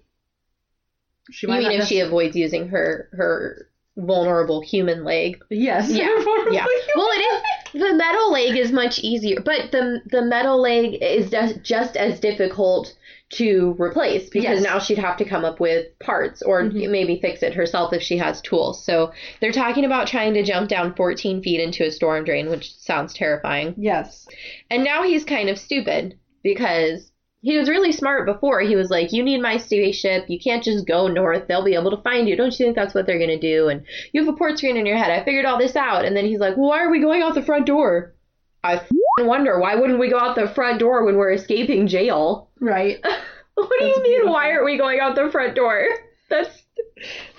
S3: she
S4: you
S3: might
S4: mean
S3: not
S4: if she avoids using her her vulnerable human leg?
S3: necess- yes,
S4: Yeah, yeah. Well, it is. The metal leg is much easier, but the the metal leg is just just as difficult to replace because
S3: Yes.
S4: now she'd have to come up with parts or
S3: Mhm.
S4: maybe fix it herself if she has tools. So they're talking about trying to jump down 14 feet into a storm drain, which sounds terrifying.
S3: yes,
S4: And now he's kind of stupid because he was really smart before. He was like, "You need my spaceship. You can't just go north. They'll be able to find you. Don't you think that's what they're gonna do?" And you have a port screen in your head. I figured all this out. And then he's like, "Why are we going out the front door?" I f***ing wonder why wouldn't we go out the front door when we're escaping jail?
S3: right.
S4: What do
S3: That's
S4: you mean?
S3: beautiful.
S4: Why aren't we going out the front door? That's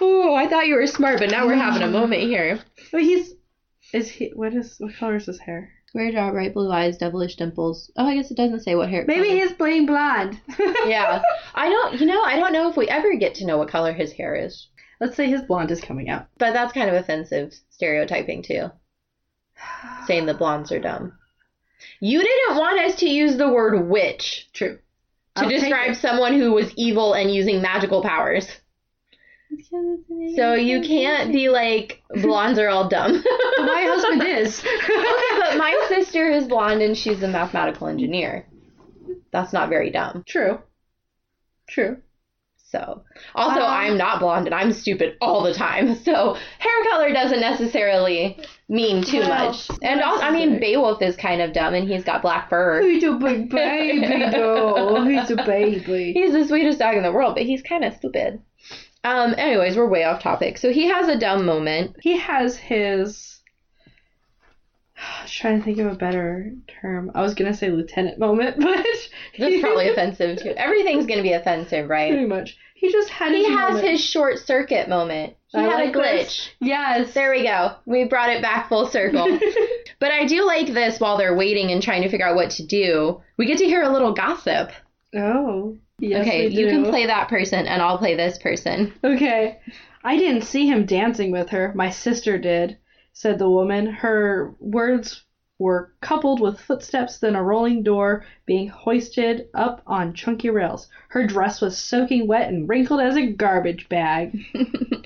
S4: oh, I thought you were smart, but now we're having a moment here.
S3: But he's is he what is what color is his hair?
S4: Square jaw, bright blue eyes, devilish dimples. Oh, I guess it doesn't say what hair.
S3: Maybe he's playing blonde.
S4: yeah. I don't, you know, I don't know if we ever get to know what color his hair is.
S3: Let's say his blonde is coming out.
S4: But that's kind of offensive stereotyping, too. Saying the blondes are dumb. You didn't want us to use the word witch
S3: True.
S4: to
S3: I'll take
S4: describe
S3: it.
S4: someone who was evil and using magical powers. So you can't be like blondes are all dumb.
S3: But my husband is.
S4: okay, but my sister is blonde and she's a mathematical engineer. That's not very dumb.
S3: True. True.
S4: So, also,
S3: Um,
S4: I'm not blonde and I'm stupid all the time. So, hair color doesn't necessarily mean too
S3: What
S4: much.
S3: else? What
S4: And
S3: else
S4: also, I
S3: is
S4: mean,
S3: there?
S4: Beowulf is kind of dumb and he's got black fur.
S3: He's a big baby, though. He's a baby.
S4: He's the sweetest dog in the world, but he's kind of stupid. Um, anyways, we're way off topic. So, he has a dumb moment.
S3: He has his. I was trying to think of a better term. I was gonna say lieutenant moment, but
S4: That's probably offensive too. Everything's going to be offensive, right?
S3: pretty much. He just had
S4: He
S3: his
S4: has
S3: moment.
S4: his short circuit moment. He
S3: I
S4: had
S3: like
S4: a glitch.
S3: this. Yes.
S4: There we go. We brought it back full circle. but I do like this while they're waiting and trying to figure out what to do. We get to hear a little gossip.
S3: Oh. Yes,
S4: okay,
S3: we
S4: you can
S3: do.
S4: play that person and I'll play this person.
S3: Okay. I didn't see him dancing with her. My sister did, said the woman. Her words were coupled with footsteps, then a rolling door being hoisted up on chunky rails. Her dress was soaking wet and wrinkled as a garbage bag.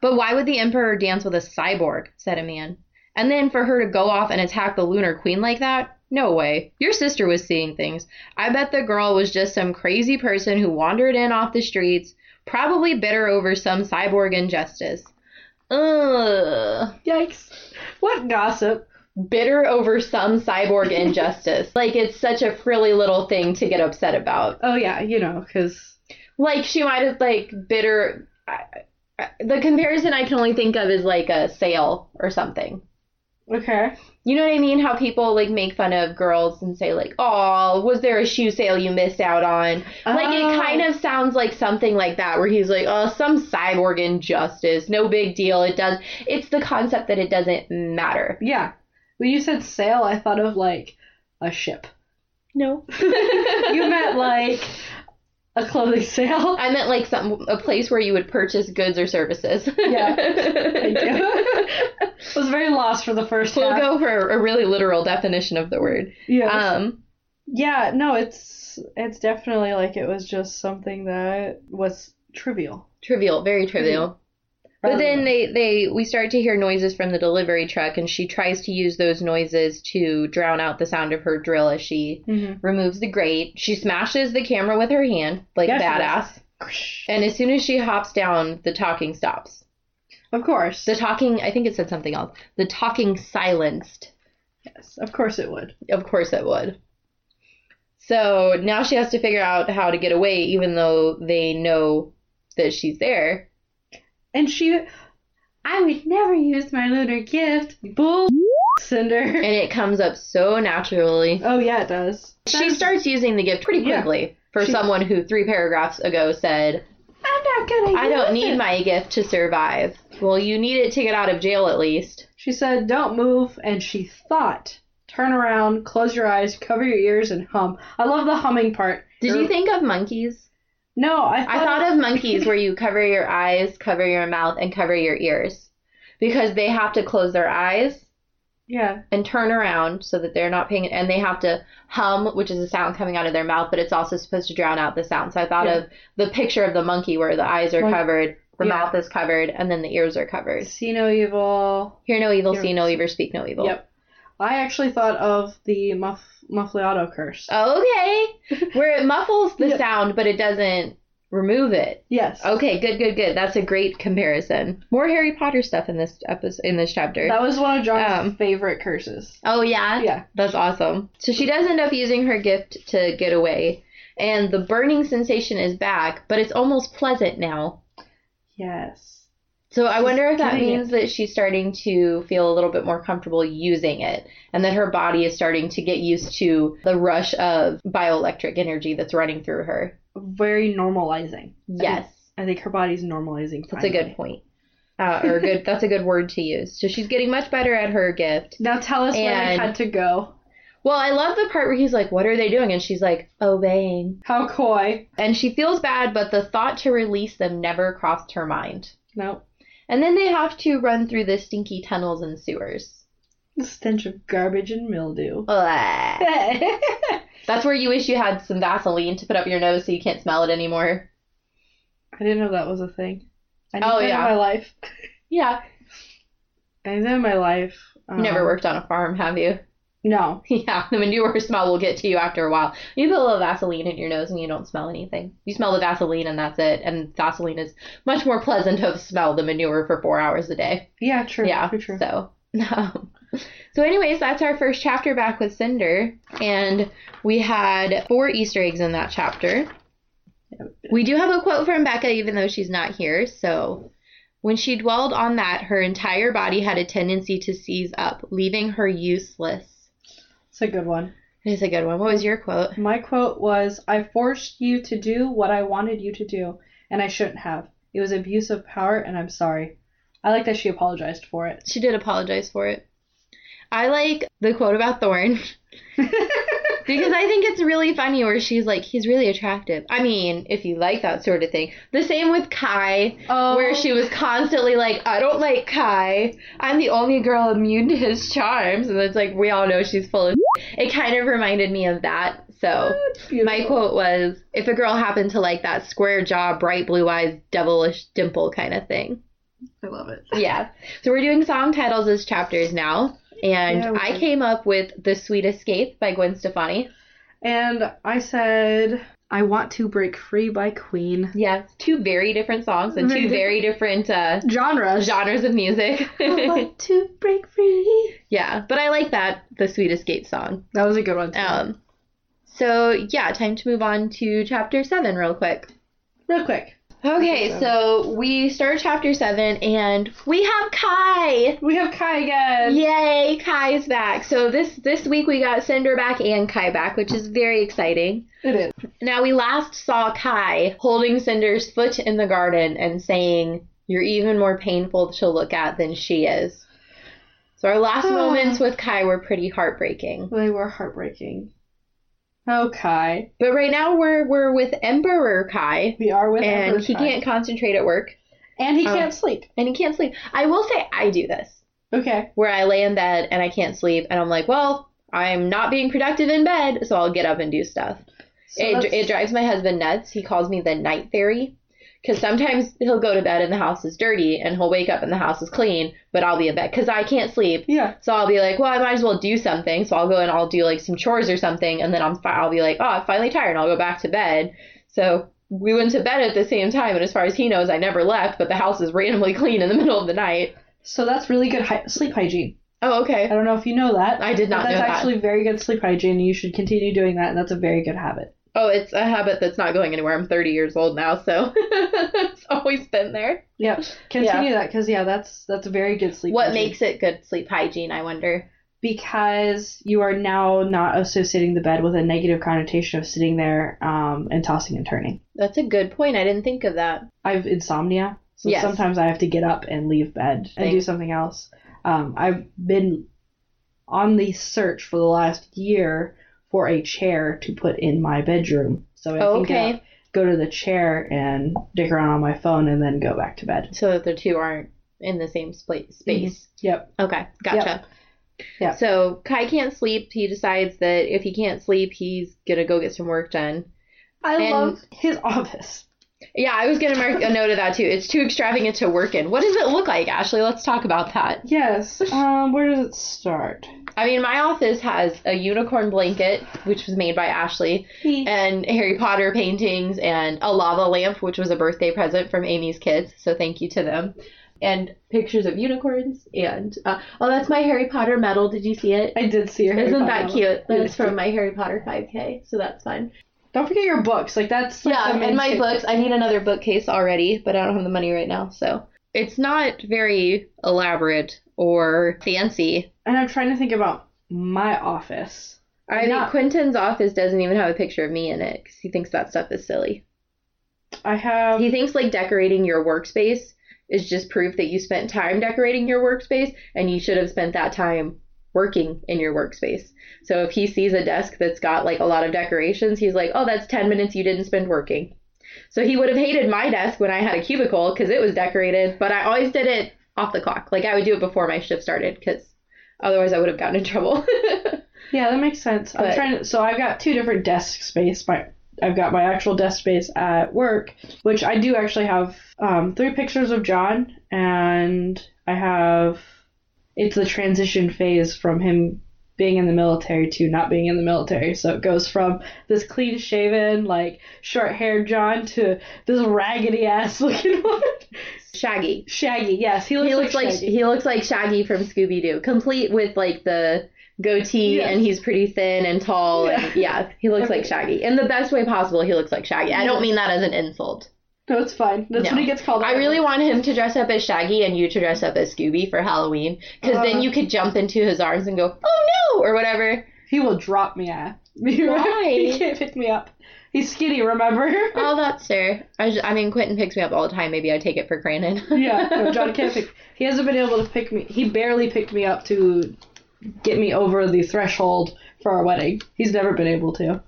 S4: But why would the Emperor dance with a cyborg? said a man. And then for her to go off and attack the Lunar Queen like that? No way. Your sister was seeing things. I bet the girl was just some crazy person who wandered in off the streets, probably bitter over some cyborg injustice. Ugh.
S3: Yikes. What gossip.
S4: bitter over some cyborg injustice. like it's such a frilly little thing to get upset about.
S3: Oh, yeah, you know, 'cause
S4: Like she might have like bitter. I, I, the comparison I can only think of is like a sale or something.
S3: Okay.
S4: You know what I mean? How people like make fun of girls and say like, "Oh, was there a shoe sale you missed out on?" Like
S3: Oh.
S4: it kind of sounds like something like that, where he's like, "Oh, some cyborg injustice, no big deal." It does. It's the concept that it doesn't matter.
S3: Yeah. When you said sail, I thought of, like, a ship.
S4: No,
S3: You meant, like, a clothing sale?
S4: I meant like some a place where you would purchase goods or services.
S3: Yeah. I was very lost for the first
S4: we'll
S3: half.
S4: go for a really literal definition of the word.
S3: Yeah.
S4: Um,
S3: yeah, no, it's it's definitely like it was just something that was trivial.
S4: trivial, very trivial. But then
S3: Mm-hmm. Rather
S4: they, they we start to hear noises from the delivery truck, and she tries to use those noises to drown out the sound of her drill as she
S3: than-
S4: removes the grate. She smashes the camera with her hand like
S3: Yes, she
S4: badass, and as soon as she hops down, the talking stops.
S3: Of course.
S4: The talking, I think it said something else. The talking silenced.
S3: yes, of course it would.
S4: Of course it would. So now she has to figure out how to get away, even though they know that she's there.
S3: And she I would never use my lunar gift. Bull Cinder.
S4: And it comes up so naturally.
S3: Oh yeah, it does.
S4: She
S3: That's-
S4: starts using the gift pretty
S3: Yeah.
S4: quickly for
S3: She-
S4: someone who three paragraphs ago said,
S3: I'm not gonna
S4: I don't
S3: use
S4: need
S3: it.
S4: my gift to survive. Well, you need it to get out of jail at least.
S3: She said, Don't move and she thought. Turn around, close your eyes, cover your ears and hum. I love the humming part.
S4: Did you think of monkeys?
S3: No, I
S4: I thought of monkeys where you cover your eyes, cover your mouth, and cover your ears because they have to close their eyes
S3: Yeah.
S4: and turn around so that they're not paying and they have to hum which is a sound coming out of their mouth but it's also supposed to drown out the sound so i thought
S3: Yeah.
S4: of the picture of the monkey where the eyes are
S3: Right.
S4: covered the
S3: Yeah.
S4: mouth is covered and then the ears are covered
S3: See no evil.
S4: hear no evil
S3: Hear
S4: see
S3: no
S4: no evil speak no evil
S3: Yep. I actually thought of the muff muffliato curse.
S4: oh, okay where it muffles the
S3: Yep.
S4: sound but it doesn't remove it
S3: yes.
S4: okay good good good that's a great comparison more harry potter stuff in this episode in this chapter
S3: That was one of John's
S4: Um,
S3: favorite curses.
S4: Oh yeah.
S3: Yeah.
S4: That's awesome. So she does end up using her gift to get away, and the burning sensation is back, but it's almost pleasant now.
S3: Yes.
S4: So I
S3: She's
S4: wonder if that
S3: getting
S4: means that she's starting to feel a little bit more comfortable using it, and that her body is starting to get used to the rush of bioelectric energy that's running through her.
S3: Very normalizing.
S4: Yes,
S3: I think her body's normalizing.
S4: that's a
S3: finally.
S4: good point. Uh, or good. that's a good word to use. So she's getting much better at her gift.
S3: Now tell us where they
S4: And-
S3: had to go.
S4: Well, I love the part where he's like, "What are they doing?" and she's like, "Obeying."
S3: How coy.
S4: And she feels bad, but the thought to release them never crossed her mind.
S3: No.
S4: And then they have to run through the stinky tunnels and sewers.
S3: The stench of garbage and mildew.
S4: Blah. That's where you wish you had some Vaseline to put up your nose so you can't smell it anymore.
S3: I didn't know that was a thing. I need
S4: Oh,
S3: that
S4: yeah.
S3: in my life.
S4: Yeah.
S3: I need that in my life. Um,
S4: You've never worked on a farm, have you?
S3: No.
S4: Yeah, the manure smell will get to you after a while. You put a little Vaseline in your nose and you don't smell anything. You smell the Vaseline and that's it. And Vaseline is much more pleasant of smell than manure for four hours a day.
S3: Yeah, true.
S4: yeah.
S3: true, true.
S4: So, um, so anyways, that's our first chapter back with Cinder, and we had four Easter eggs in that chapter. We do have a quote from Becca, even though she's not here. So, when she dwelled on that, her entire body had a tendency to seize up, leaving her useless.
S3: It's a good one.
S4: It is a good one. What was your quote?
S3: My quote was I forced you to do what I wanted you to do, and I shouldn't have. It was abuse of power, and I'm sorry. I like that she apologized for it.
S4: She did apologize for it. I like the quote about Thorn because I think it's really funny where she's like, he's really attractive. I mean, if you like that sort of thing. The same with Kai,
S3: Oh.
S4: where she was constantly like, I don't like Kai. I'm the only girl immune to his charms. And it's like, we all know she's full of. It kind of reminded me of that. So. My quote was, if a girl happened to like that square jaw, bright blue eyes, devilish dimple kind of thing
S3: I love it.
S4: yeah. So we're doing song titles as chapters now. And
S3: Yeah, we
S4: I
S3: did.
S4: came up with The Sweet Escape by Gwen Stefani.
S3: And I said, I want to break free by Queen.
S4: Yeah. Two very different songs and
S3: Very
S4: two very different uh,
S3: Genres.
S4: genres of music.
S3: I want to break free.
S4: yeah. But I like that The Sweet Escape song.
S3: That was a good one. Too.
S4: Um, so, yeah, time to move on to chapter seven real quick.
S3: Real quick,
S4: Okay,
S3: Chapter
S4: so we start chapter seven and we have Kai.
S3: we have Kai again.
S4: Yay, Kai's back. So this this week we got Cinder back and Kai back, which is very exciting.
S3: It is.
S4: Now we last saw Kai holding Cinder's foot in the garden and saying, "You're even more painful to look at than she is." So our last moments with Kai were pretty heartbreaking.
S3: They were heartbreaking. Oh, Kai.
S4: But right now we're we're with Emperor Kai
S3: We are with
S4: and
S3: Emperor
S4: he
S3: Kai.
S4: can't concentrate at work
S3: And he
S4: Oh.
S3: can't sleep.
S4: and he can't sleep. I will say I do this.
S3: Okay.
S4: where I lay in bed and I can't sleep, and I'm like, well, I'm not being productive in bed, so I'll get up and do stuff.
S3: So
S4: it,
S3: that's-
S4: it drives my husband nuts. He calls me the night fairy because sometimes he'll go to bed and the house is dirty, and he'll wake up and the house is clean, but I'll be in bed because I can't sleep.
S3: Yeah.
S4: So I'll be like, well, I might as well do something. So I'll go and I'll do like some chores or something, and then I'm fi- I'll be like, oh, I'm finally tired, and I'll go back to bed. So we went to bed at the same time, and as far as he knows, I never left, but the house is randomly clean in the middle of the night.
S3: So that's really good hy- sleep hygiene.
S4: Oh, okay.
S3: I don't know if you know that.
S4: I did not
S3: but that's
S4: know that.
S3: actually very good sleep hygiene. You should continue doing that, and that's a very good habit.
S4: Oh, it's a habit that's not going anywhere. I'm 30 years old now, so it's always been there.
S3: Yep. Continue that because yeah, that's that's a very good sleep.
S4: What
S3: hygiene.
S4: makes it good sleep hygiene, I wonder?
S3: because you are now not associating the bed with a negative connotation of sitting there um, and tossing and turning.
S4: That's a good point. I didn't think of that.
S3: I've insomnia, so
S4: Yes.
S3: sometimes I have to get up and leave bed and do
S4: Thanks.
S3: something else. Um, I've been on the search for the last year for a chair to put in my bedroom, so I can get
S4: Okay.
S3: up, go to the chair and dig around on my phone, and then go back to bed.
S4: So that the two aren't in the same spla- space.
S3: Mm-hmm. Yep.
S4: Okay, gotcha.
S3: Yep.
S4: So Kai can't sleep. He decides that if he can't sleep, he's going to go get some work done.
S3: I
S4: And-
S3: love his office.
S4: Yeah, I was going to mark a note of that too. It's too extravagant to work in. What does it look like, Ashley? Let's talk about that.
S3: Yes. Um, where does it start?
S4: I mean, my office has a unicorn blanket, which was made by Ashley. and Harry Potter paintings and a lava lamp, which was a birthday present from Amy's kids. So thank you to them. And pictures of unicorns and uh, oh, that's my Harry Potter medal. Did you see it?
S3: I did see her.
S4: Isn't that cute?
S3: It
S4: That's
S3: is
S4: from
S3: cute.
S4: my Harry Potter 5K, so that's fun.
S3: Don't forget your books. Like that's like, the
S4: yeah,
S3: main
S4: and my
S3: thing.
S4: books. I need another bookcase already, but I don't have the money right now, so it's not very elaborate or fancy.
S3: And I'm trying to think about my office.
S4: I mean,
S3: Not-
S4: Quentin's office doesn't even have a picture of me in it because he thinks that stuff is silly.
S3: I have
S4: He thinks like decorating your workspace is just proof that you spent time decorating your workspace and you should have spent that time working in your workspace. So if he sees a desk that's got like a lot of decorations, he's like, "Oh, that's 10 minutes you didn't spend working." So he would have hated my desk when I had a cubicle cuz it was decorated, but I always did it off the clock. Like I would do it before my shift started cuz otherwise I would have gotten in trouble.
S3: yeah, that makes sense. I'm
S4: But-
S3: trying to. So I've got two different desk space. My I've got my actual desk space at work, which I do actually have um, three pictures of John, and I have it's the transition phase from him being in the military to not being in the military. So it goes from this clean shaven, like short haired John to this raggedy ass looking one.
S4: Shaggy.
S3: Shaggy, yes, he looks,
S4: he looks like,
S3: Shaggy.
S4: he looks like Shaggy from Scooby Doo, complete with like the goatee,
S3: Yes.
S4: and he's pretty thin and tall, and yeah, he looks like Shaggy in the best way possible. He looks like Shaggy. I don't mean that as an insult.
S3: no, it's fine. That's
S4: No.
S3: what he gets called.
S4: I really want him to dress up as Shaggy and you to dress up as Scooby for Halloween, because
S3: Uh.
S4: then you could jump into his arms and go, "Oh no!" or whatever.
S3: He will drop me at. he
S4: Why?
S3: can't pick me up. He's skinny, remember?
S4: Oh, that's fair. I, was- I mean, Quentin picks me up all the time. Maybe I take it for granted.
S3: yeah, no, John can't pick. He hasn't been able to pick me. He barely picked me up to get me over the threshold for our wedding. He's never been able to.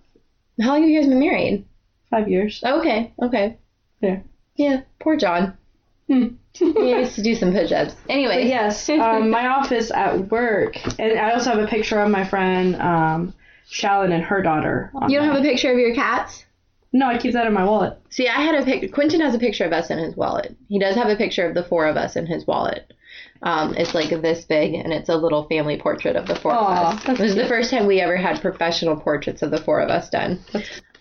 S4: How long have you guys been married?
S3: Five years.
S4: Okay, okay.
S3: Yeah.
S4: Yeah, poor John.
S3: Hmm.
S4: He needs to do some push-ups. Anyway,
S3: But yes, um, my office at work, and I also have a picture of my friend um, Shallon and her daughter. on
S4: you don't
S3: there.
S4: have a picture of your cats?
S3: No, I keep that in my wallet.
S4: See, I had a pic. Quentin has a picture of us in his wallet. He does have a picture of the four of us in his wallet. Um, it's like this big, and it's a little family portrait of the four
S3: Aw,
S4: of us. It was the first time we ever had professional portraits of the four of us done.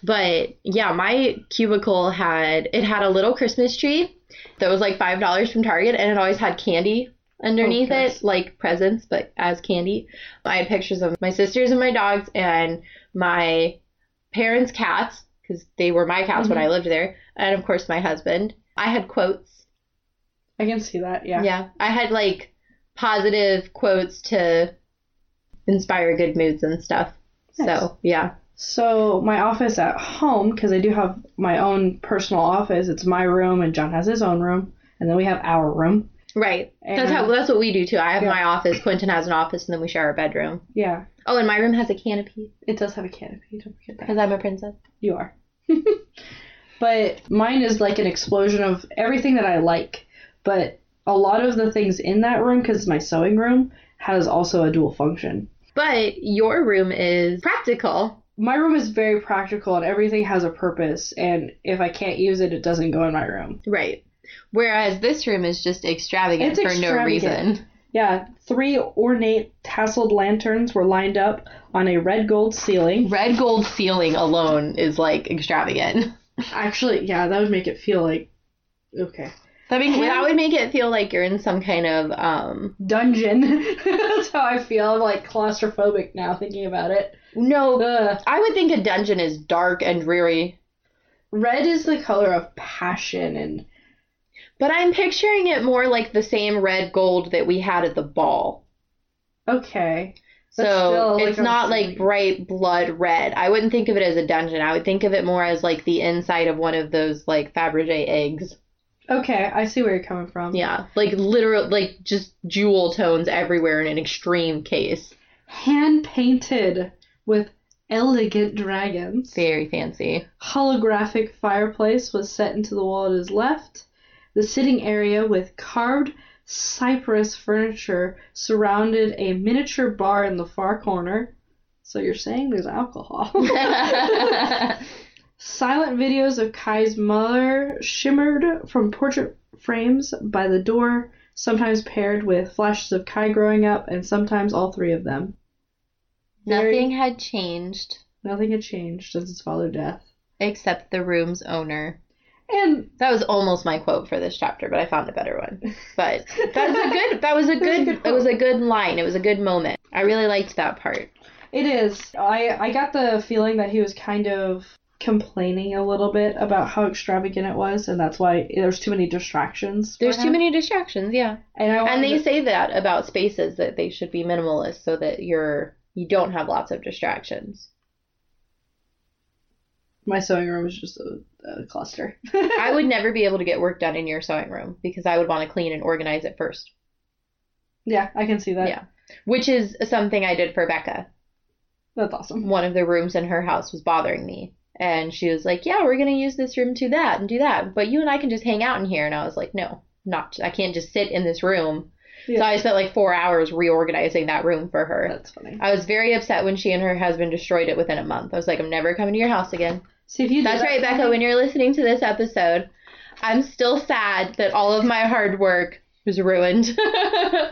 S4: But yeah, my cubicle had it had a little Christmas tree that was like five dollars from Target, and it always had candy underneath
S3: Oh,
S4: it,
S3: gross.
S4: like presents, but as candy. I had pictures of my sisters and my dogs and my parents' cats because they were my cats when I lived there, and of course my husband. I had quotes.
S3: I can see that. Yeah.
S4: Yeah, I had like positive quotes to inspire good moods and stuff.
S3: Nice.
S4: So yeah,
S3: So my office at home, because I do have my own personal office. It's my room, and John has his own room, and then we have our room.
S4: right. that's how
S3: And-
S4: that's what we do too. I have
S3: Yeah.
S4: my office. Quentin has an office, and then we share our bedroom.
S3: Yeah,
S4: Oh, and my room has a canopy
S3: it does have a canopy. Don't forget that.
S4: because I'm a princess.
S3: You are. but mine is like an explosion of everything that I like. But a lot of the things in that room, because my sewing room, has also a dual function.
S4: But your room is practical.
S3: My room is very practical and everything has a purpose. And if I can't use it, it doesn't go in my room.
S4: Right. Whereas this room is just extravagant
S3: It's
S4: for no
S3: extravagant.
S4: reason.
S3: Yeah, three ornate tasseled lanterns were lined up on a red gold ceiling.
S4: Red gold ceiling alone is like extravagant.
S3: Actually, yeah, that would make it feel like. Okay.
S4: That, make, that would make it feel like you're in some kind of um
S3: Dungeon. That's how I feel. I'm like claustrophobic now thinking about it.
S4: no.
S3: Ugh.
S4: I would think a dungeon is dark and dreary,
S3: Red is the color of passion, and
S4: but I'm picturing it more like the same red gold that we had at the ball.
S3: okay,
S4: So
S3: But still, like,
S4: it's
S3: I'm
S4: not
S3: saying-
S4: like bright blood red. I wouldn't think of it as a dungeon. I would think of it more as like the inside of one of those like Fabergé eggs.
S3: okay, I see where you're coming from.
S4: Yeah, like literal, like just jewel tones everywhere in an extreme case.
S3: hand painted with elegant dragons.
S4: Very fancy.
S3: Holographic fireplace was set into the wall at his left. The sitting area with carved cypress furniture surrounded a miniature bar in the far corner. So you're saying there's alcohol? Silent videos of Kai's mother shimmered from portrait frames by the door, sometimes paired with flashes of Kai growing up, and sometimes all three of them. Very-
S4: Nothing had changed
S3: Nothing had changed since his father's death.
S4: except the room's owner.
S3: And
S4: That was almost my quote for this chapter, but I found a better one. But that was a good. That was a good.
S3: good
S4: it was a
S3: quote.
S4: good line. It was a good moment. I really liked that part.
S3: it is. I, I got the feeling that he was kind of complaining a little bit about how extravagant it was, and that's why there's too many distractions. for
S4: There's too
S3: him.
S4: many distractions. Yeah,
S3: And, Uh-huh. I
S4: and
S3: wanted
S4: they
S3: to-
S4: say that about spaces that they should be minimalist so that you're you don't have lots of distractions.
S3: my sewing room was just a, a cluster.
S4: I would never be able to get work done in your sewing room because I would want to clean and organize it first.
S3: yeah, I can see that.
S4: Yeah. Which is something I did for Becca.
S3: That's awesome.
S4: One of the rooms in her house was bothering me. And she was like, Yeah, we're going to use this room to that and do that. But you and I can just hang out in here. And I was like, No, not. I can't just sit in this room. So
S3: Yeah.
S4: I spent like four hours reorganizing that room for her.
S3: That's funny.
S4: I was very upset when she and her husband destroyed it within a month. I was like, I'm never coming to your house again.
S3: See if you. do
S4: That's
S3: that
S4: right, Becca. When you're listening to this episode, I'm still sad that all of my hard work was ruined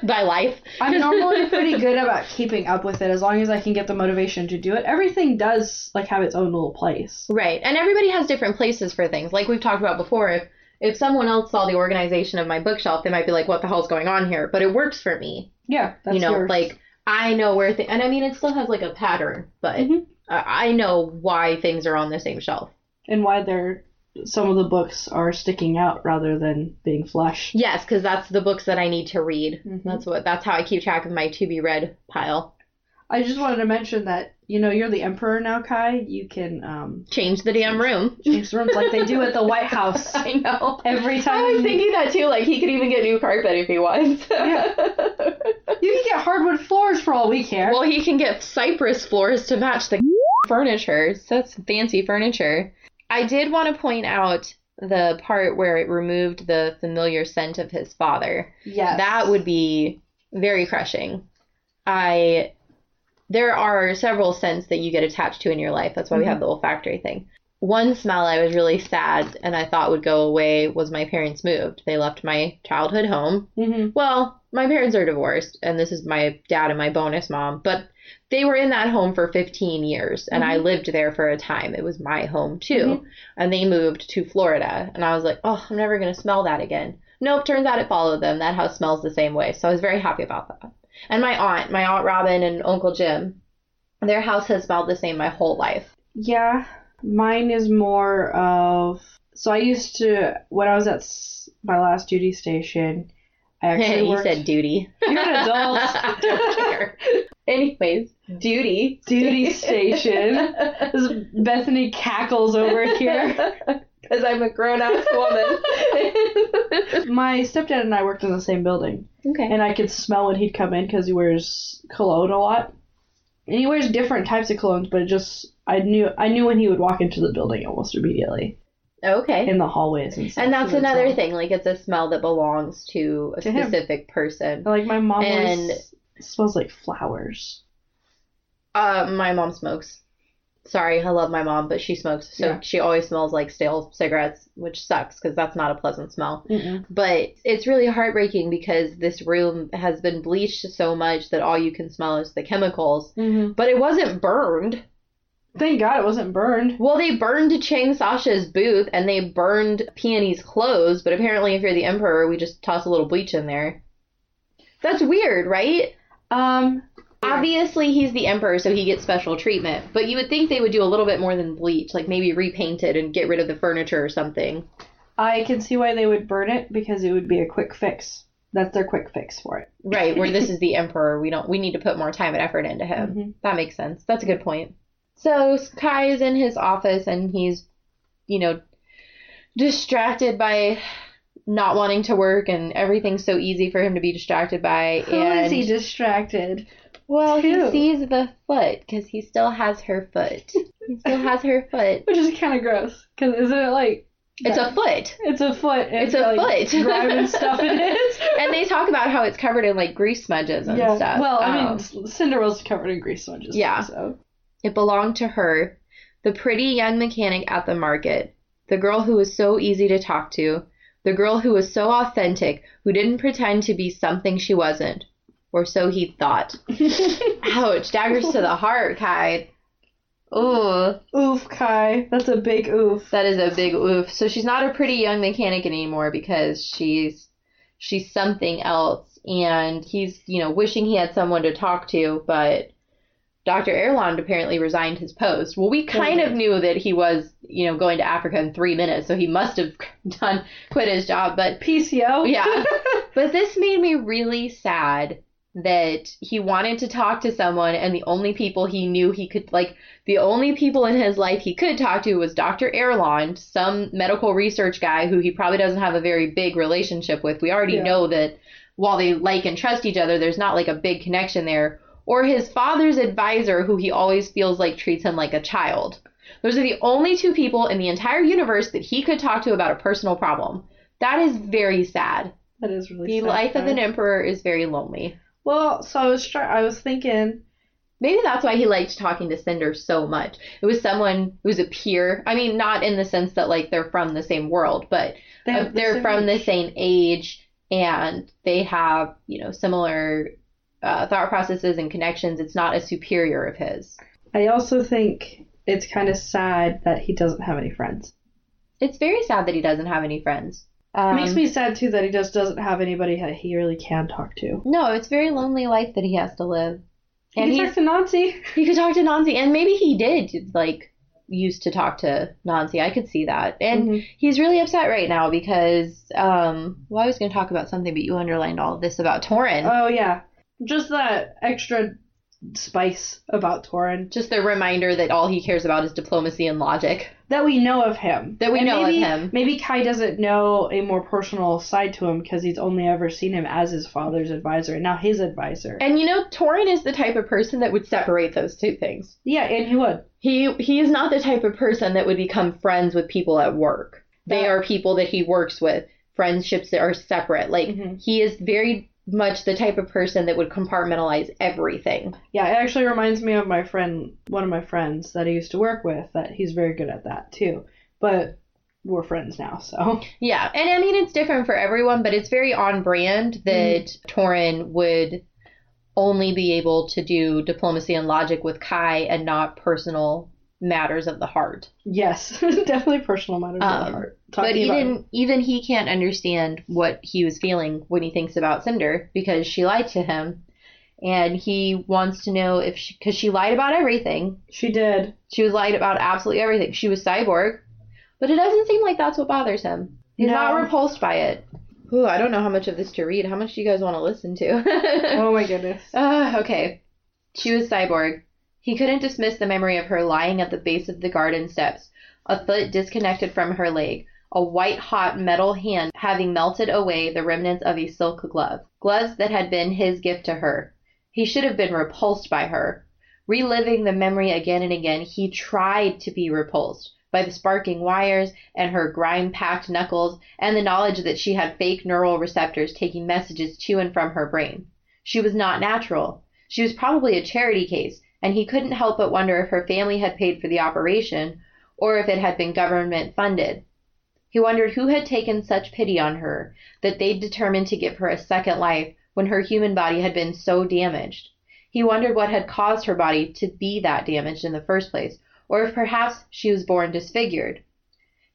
S4: by life.
S3: I'm normally pretty good about keeping up with it as long as I can get the motivation to do it. Everything does like have its own little place.
S4: Right. And everybody has different places for things. Like we've talked about before, if if someone else saw the organization of my bookshelf, they might be like, "What the hell's going on here?" But it works for me.
S3: Yeah, that's
S4: you know,
S3: yours.
S4: like I know where things. And I mean, it still has like a pattern, but
S3: Mhm.
S4: I I know why things are on the same shelf.
S3: and why they're some of the books are sticking out rather than being flush.
S4: Yes, because that's the books that I need to read.
S3: Mhm.
S4: That's what. That's how I keep track of my to be read pile.
S3: I just wanted to mention that you know you're the emperor now, Kai. You can um,
S4: Change the damn room.
S3: change the rooms like they do at the White House.
S4: I know.
S3: Every time-
S4: I was thinking that too. Like he could even get new carpet if he wants.
S3: Yeah. You can get hardwood floors for all we care.
S4: well, he can get cypress floors to match the furniture. So that's fancy furniture. I did want to point out the part where it removed the familiar scent of his father.
S3: yes,
S4: That would be very crushing. I there are several scents that you get attached to in your life. That's why we have the olfactory thing. One smell I was really sad and I thought would go away was my parents moved. They left my childhood home.
S3: hmm
S4: Well, my parents are divorced and this is my dad and my bonus mom, but they were in that home for 15 years and I lived there for a time. It was my home too. And they moved to Florida and I was like, "Oh, I'm never going to smell that again." Nope, turns out it followed them. That house smells the same way. So I was very happy about that. And my aunt, my aunt Robin and Uncle Jim, their house has smelled the same my whole life.
S3: Yeah, mine is more of. So I used to when I was at s- my last duty station, I actually
S4: he
S3: worked.
S4: said duty.
S3: You're an adult.
S4: Don't care. Anyways, duty.
S3: Duty station. This Bethany cackles over here.
S4: Because I'm a grown ass woman.
S3: My stepdad and I worked in the same building,
S4: okay.
S3: and I could smell when he'd come in because he wears cologne a lot. And he wears different types of colognes, but it just I knew I knew when he would walk into the building almost immediately
S4: Okay.
S3: in the hallways and stuff.
S4: And that's
S3: So it's
S4: another
S3: all-
S4: thing. Like, it's a smell that belongs to a
S3: To him.
S4: specific person.
S3: Like my mom always
S4: And-
S3: smells like flowers.
S4: Uh, my mom smokes. Sorry, I love my mom, but she smokes. So
S3: Yeah.
S4: she always smells like stale cigarettes, which sucks because that's not a pleasant smell.
S3: Mm-mm.
S4: But it's really heartbreaking because this room has been bleached so much that all you can smell is the chemicals.
S3: Mm-hmm.
S4: But it wasn't burned.
S3: Thank God it wasn't burned.
S4: Well, they burned Chang Sasha's booth and they burned Peony's clothes, but apparently, if you're the emperor, we just toss a little bleach in there. That's weird, right?
S3: Um,
S4: Obviously, he's the emperor, so he gets special treatment, but you would think they would do a little bit more than bleach, like maybe repaint it and get rid of the furniture or something.
S3: I can see why they would burn it because it would be a quick fix. That's their quick fix for it.
S4: Right, where this is the emperor, we don't we need to put more time and effort into him.
S3: Mhm.
S4: That makes sense. That's a good point. So Kai is in his office and he's, you know, distracted by not wanting to work and everything's so easy for him to be distracted by.
S3: Who
S4: and
S3: is he distracted?
S4: well, he
S3: to?
S4: sees the foot because he still has her foot. He still has her foot.
S3: Which is kind of gross because isn't it like
S4: It's a foot.
S3: It's a foot. And
S4: It's a
S3: like,
S4: foot.
S3: Driving stuff in it.
S4: And they talk about how it's covered in like grease smudges and
S3: yeah.
S4: stuff.
S3: Well, I
S4: Um,
S3: mean, C- Cinderella's covered in grease sponges.
S4: Yeah.
S3: So.
S4: It belonged to her, the pretty young mechanic at the market, the girl who was so easy to talk to, the girl who was so authentic, who didn't pretend to be something she wasn't, or so he thought. Ouch, daggers to the heart, Kai. Ooh,
S3: Oof, Kai. That's a big oof.
S4: that is a big oof. So she's not a pretty young mechanic anymore because she's she's something else and he's, you know, wishing he had someone to talk to, but Dr. Erland apparently resigned his post. Well, we kind of knew that he was, you know, going to Africa in 3 minutes, so he must have done quit his job, but
S3: PCO.
S4: yeah. but this made me really sad that he wanted to talk to someone and the only people he knew he could like the only people in his life he could talk to was Dr. Erland, some medical research guy who he probably doesn't have a very big relationship with. We already
S3: Yeah.
S4: know that while they like and trust each other, there's not like a big connection there. Or his father's advisor who he always feels like treats him like a child. Those are the only two people in the entire universe that he could talk to about a personal problem. That is very sad.
S3: That is really
S4: The
S3: sad,
S4: life of
S3: Kai.
S4: an emperor is very lonely.
S3: Well, so I was try- I was thinking
S4: Maybe that's why he liked talking to Cinder so much. It was someone who's a peer. I mean, not in the sense that like they're from the same world, but
S3: They
S4: uh,
S3: have the
S4: they're
S3: same
S4: from the
S3: age.
S4: same age and they have you know similar uh, thought processes and connections. It's not a superior of his.
S3: I also think it's kind of sad that he doesn't have any friends.
S4: It's very sad that he doesn't have any friends. Um,
S3: it makes me sad too that he just doesn't have anybody that he really can talk to.
S4: no. It's a very lonely life that he has to live. And
S3: he
S4: he's
S3: talks to Nancy.
S4: He could talk to Nancy, and maybe he did like used to talk to Nancy. I could see that, and
S3: Mhm.
S4: he's really upset right now because um, well, I was going to talk about something, but you underlined all this about Torin.
S3: Oh yeah, just that extra spice about Torin
S4: Just the reminder that all he cares about is diplomacy and logic.
S3: that we know of him.
S4: That we
S3: And
S4: know of
S3: maybe,
S4: him.
S3: Maybe Kai doesn't know a more personal side to him because he's only ever seen him as his father's advisor and now his advisor.
S4: And you know, Torin is the type of person that would separate those two things.
S3: yeah, and he would.
S4: He he is not the type of person that would become friends with people at work. They
S3: Yeah.
S4: are people that he works with. Friendships that are separate. Like
S3: Mhm.
S4: he is very much the type of person that would compartmentalize everything.
S3: Yeah, it actually reminds me of my friend, one of my friends that I used to work with, that he's very good at that too. But we're friends now, so.
S4: Yeah, and I mean it's different for everyone, but it's very on brand that Torin would only be able to do diplomacy and logic with Kai and not personal matters of the heart.
S3: Yes, definitely personal matters of
S4: Um,
S3: the heart.
S4: but
S3: about
S4: even
S3: it.
S4: even he can't understand what he was feeling when he thinks about Cinder because she lied to him, and he wants to know if she because she lied about everything.
S3: She did.
S4: She was lied about absolutely everything. She was cyborg, but it doesn't seem like that's what bothers him. He's not
S3: No.
S4: repulsed by it. Ooh, I don't know how much of this to read. How much do you guys want to listen to?
S3: Oh my goodness.
S4: Ah, okay. She was cyborg. He couldn't dismiss the memory of her lying at the base of the garden steps, a foot disconnected from her leg, a white hot metal hand having melted away the remnants of a silk glove, gloves that had been his gift to her. He should have been repulsed by her. Reliving the memory again and again, he tried to be repulsed by the sparking wires and her grime packed knuckles and the knowledge that she had fake neural receptors taking messages to and from her brain. She was not natural. She was probably a charity case, and he couldn't help but wonder if her family had paid for the operation or if it had been government funded. He wondered who had taken such pity on her that they'd determined to give her a second life when her human body had been so damaged. He wondered what had caused her body to be that damaged in the first place, or if perhaps she was born disfigured.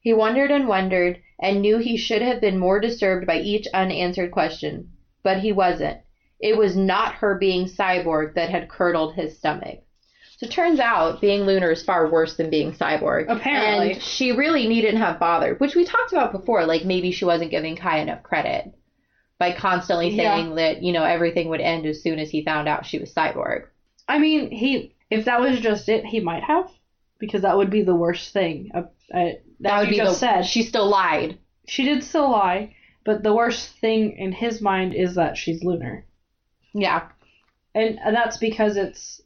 S4: He wondered and wondered, and knew he should have been more disturbed by each unanswered question, but he wasn't. It was not her being cyborg that had curdled his stomach. So it turns out being lunar is far worse than being cyborg.
S3: Apparently.
S4: And she really needn't have bothered, which we talked about before, like maybe she wasn't giving Kai enough credit by constantly
S3: Yeah.
S4: saying that, you know, everything would end as soon as he found out she was cyborg.
S3: I mean, he if that was just it, he might have, because that would be the worst thing. Uh, uh, that,
S4: That would
S3: you
S4: be
S3: just
S4: the,
S3: said.
S4: she still lied.
S3: She did still lie, but the worst thing in his mind is that she's lunar.
S4: Yeah.
S3: And, and that's because it's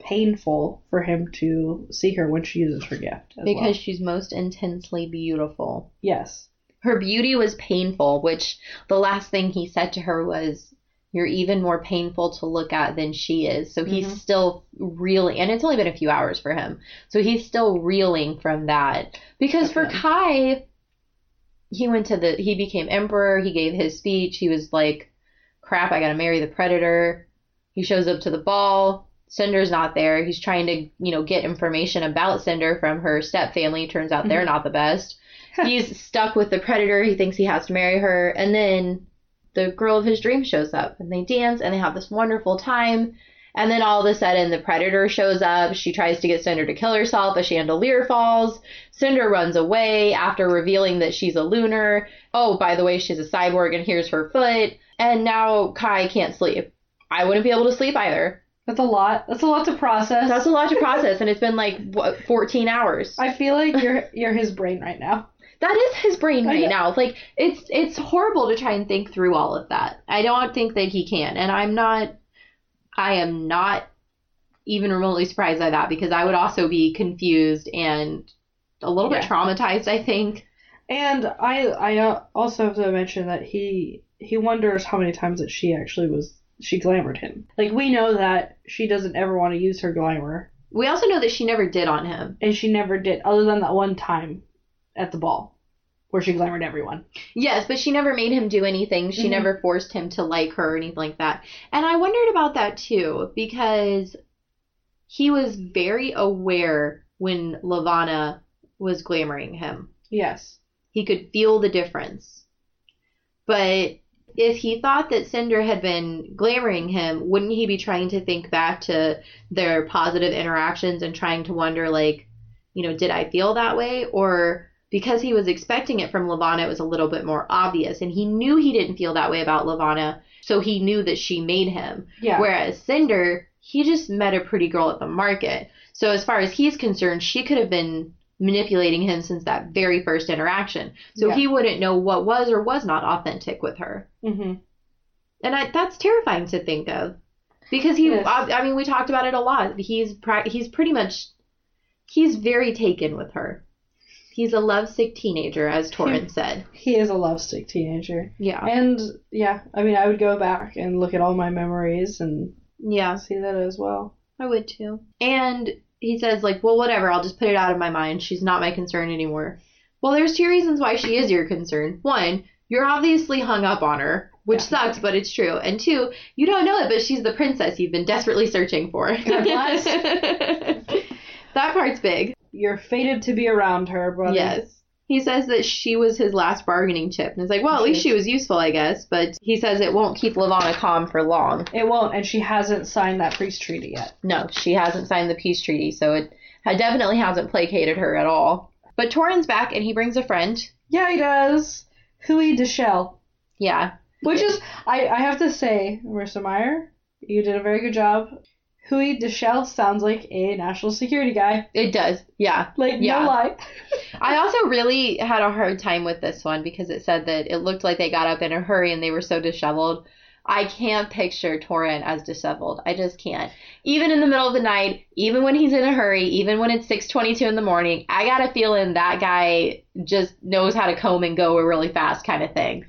S3: painful for him to see her when she uses her gift. as
S4: Because
S3: well.
S4: she's most intensely beautiful.
S3: yes.
S4: Her beauty was painful, which the last thing he said to her was, You're even more painful to look at than she is. So he's
S3: Mhm.
S4: still reeling, and it's only been a few hours for him. So he's still reeling from that. Because for
S3: Okay.
S4: Kai, he went to the, he became emperor, he gave his speech, he was like, Crap, I gotta marry the predator. He shows up to the ball. Cinder's not there. He's trying to, you know, get information about Cinder from her step family. Turns out they're not the best. He's stuck with the predator. He thinks he has to marry her. And then the girl of his dream shows up and they dance and they have this wonderful time. And then all of a sudden, the predator shows up. She tries to get Cinder to kill herself. A chandelier falls. Cinder runs away after revealing that she's a lunar. Oh, by the way, she's a cyborg and here's her foot. And now Kai can't sleep. I wouldn't be able to sleep either.
S3: That's a lot. That's a lot to process.
S4: That's a lot to process, and it's been like what, 14 hours.
S3: I feel like you're you're his brain right now.
S4: that is his brain
S3: I
S4: right
S3: know.
S4: now. Like it's it's horrible to try and think through all of that. I don't think that he can, and I'm not. I am not even remotely surprised by that because I would also be confused and a little bit
S3: Yeah.
S4: traumatized. I think.
S3: And I I uh, also have to mention that he he wonders how many times that she actually was she glamoured him. Like we know that she doesn't ever want to use her glamour,
S4: We also know that she never did on him.
S3: and she never did, other than that one time at the ball where she glamoured everyone.
S4: Yes, but she never made him do anything. She
S3: Mhm.
S4: never forced him to like her or anything like that. And I wondered about that too because he was very aware when Lavanna was glamoring him.
S3: Yes.
S4: He could feel the difference. But if he thought that Cinder had been glamoring him, wouldn't he be trying to think back to their positive interactions and trying to wonder, like, you know, did I feel that way? Or because he was expecting it from Lavanna, it was a little bit more obvious. And he knew he didn't feel that way about Lavanna, so he knew that she made him.
S3: Yeah.
S4: Whereas Cinder, he just met a pretty girl at the market. So as far as he's concerned, she could have been manipulating him since that very first interaction. So
S3: Yeah.
S4: he wouldn't know what was or was not authentic with her.
S3: hmm
S4: And I, that's terrifying to think of. Because he,
S3: Yes.
S4: I, I mean, we talked about it a lot. He's pra- he's pretty much, he's very taken with her. He's a lovesick teenager, as Torrance said.
S3: He is a lovesick teenager.
S4: Yeah,
S3: And yeah, I mean, I would go back and look at all my memories and
S4: yeah.
S3: see that as well.
S4: I would too. And he says, like, well, whatever, I'll just put it out of my mind. She's not my concern anymore. Well, there's two reasons why she is your concern. One, you're obviously hung up on her, which sucks, but it's true. And two, you don't know it, but she's the princess you've been desperately searching for.
S3: God bless.
S4: that part's big.
S3: You're fated to be around her, brother.
S4: Yes. He says that she was his last bargaining chip. And it's like, well, at least she was useful, I guess. But he says it won't keep Lavanna calm for long.
S3: It won't, and she hasn't signed that peace treaty yet.
S4: No, she hasn't signed the peace treaty, so it ha- definitely hasn't placated her at all. But Torin's back and he brings a friend.
S3: Yeah, he does. Huey Deschel.
S4: Yeah.
S3: Which is, I, I have to say, Marissa Meyer, you did a very good job. Huey Deschel sounds like a national security guy.
S4: It does. Yeah.
S3: Like,
S4: Yeah.
S3: no lie.
S4: I also really had a hard time with this one because it said that it looked like they got up in a hurry and they were so disheveled. I can't picture Torin as disheveled. I just can't. Even in the middle of the night, even when he's in a hurry, even when it's 6:22 in the morning, I got a feeling that guy just knows how to comb and go really fast kind of thing.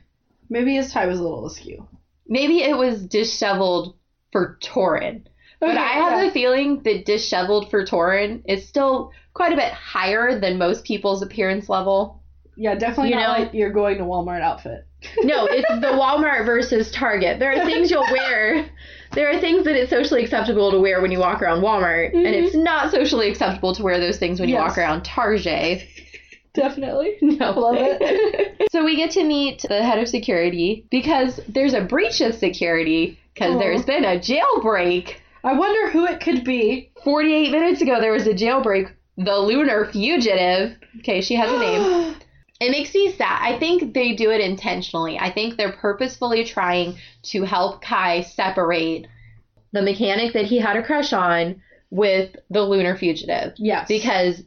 S3: Maybe his tie was a little askew.
S4: Maybe it was disheveled for Torin. But
S3: Okay,
S4: I have
S3: yeah.
S4: a feeling that disheveled for Torin is still quite a bit higher than most people's appearance level.
S3: Yeah, definitely
S4: You
S3: not
S4: know-
S3: like you're going to Walmart outfit.
S4: No, it's the Walmart versus Target. There are things you'll wear. There are things that it's socially acceptable to wear when you walk around Walmart, and it's not socially acceptable to wear those things when you walk
S3: Yes.
S4: around Target.
S3: Definitely.
S4: No.
S3: Love
S4: it. so we get to meet the head of security because there's a breach of security because
S3: Aw.
S4: there's been a jailbreak.
S3: I wonder who it could be.
S4: 48 minutes ago, there was a jailbreak. The Lunar Fugitive. Okay, she has a name. It makes me sad. I think they do it intentionally. I think they're purposefully trying to help Kai separate the mechanic that he had a crush on with the Lunar Fugitive.
S3: yes.
S4: Because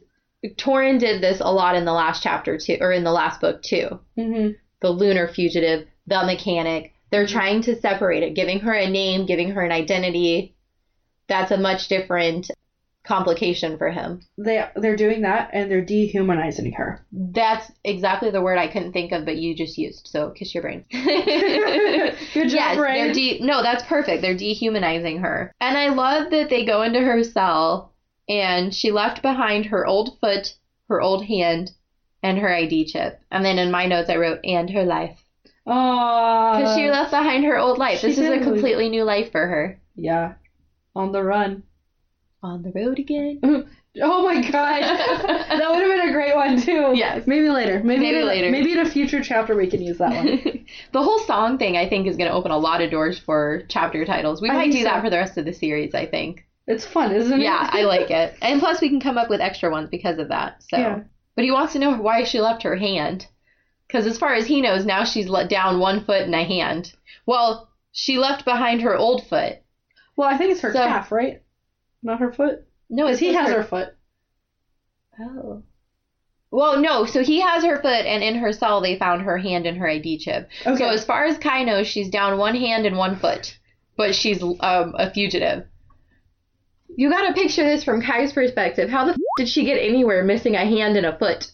S4: Torin did this a lot in the last chapter, too, or in the last book, too.
S3: hmm
S4: The Lunar Fugitive, the mechanic. They're
S3: Mm-hmm.
S4: trying to separate it, giving her a name, giving her an identity. That's a much different complication for him.
S3: They, they're doing that and they're dehumanizing her.
S4: That's exactly the word I couldn't think of, but you just used. So kiss your brain.
S3: Good job,
S4: yes,
S3: Rain.
S4: they're de- no, that's perfect. They're dehumanizing her, and I love that they go into her cell, and she left behind her old foot, her old hand, and her ID chip. And then in my notes, I wrote and her life because
S3: Because
S4: she left behind her old life.
S3: she
S4: This is a
S3: did.
S4: completely new life for her.
S3: Yeah. On the run.
S4: On the road again.
S3: Oh my god. that would have been a great one too.
S4: Yes.
S3: Maybe later. Maybe,
S4: Maybe
S3: in a-
S4: later.
S3: Maybe in a future chapter we can use that one.
S4: the whole song thing, I think, is going to open a lot of doors for chapter titles. We
S3: I
S4: might
S3: think
S4: do that
S3: so.
S4: for the rest of the series, I think.
S3: It's fun, isn't it?
S4: Yeah, I like it. And plus, we can come up with extra ones because of that. So,
S3: Yeah.
S4: but he wants to know why she left her hand, because as far as he knows, now she's let down one foot and a hand. Well, she left behind her old foot.
S3: Well, I think it's her
S4: So-
S3: calf, right? Not her foot.
S4: No,
S3: Because
S4: it's
S3: he
S4: just
S3: has her foot.
S4: Oh. Well, no. So he has her foot, and in her cell, they found her hand and her ID chip.
S3: Okay.
S4: So as far as Kai knows, she's down one hand and one foot, but she's um, a fugitive. You got to picture this from Kai's perspective. How the f- did she get anywhere missing a hand and a foot?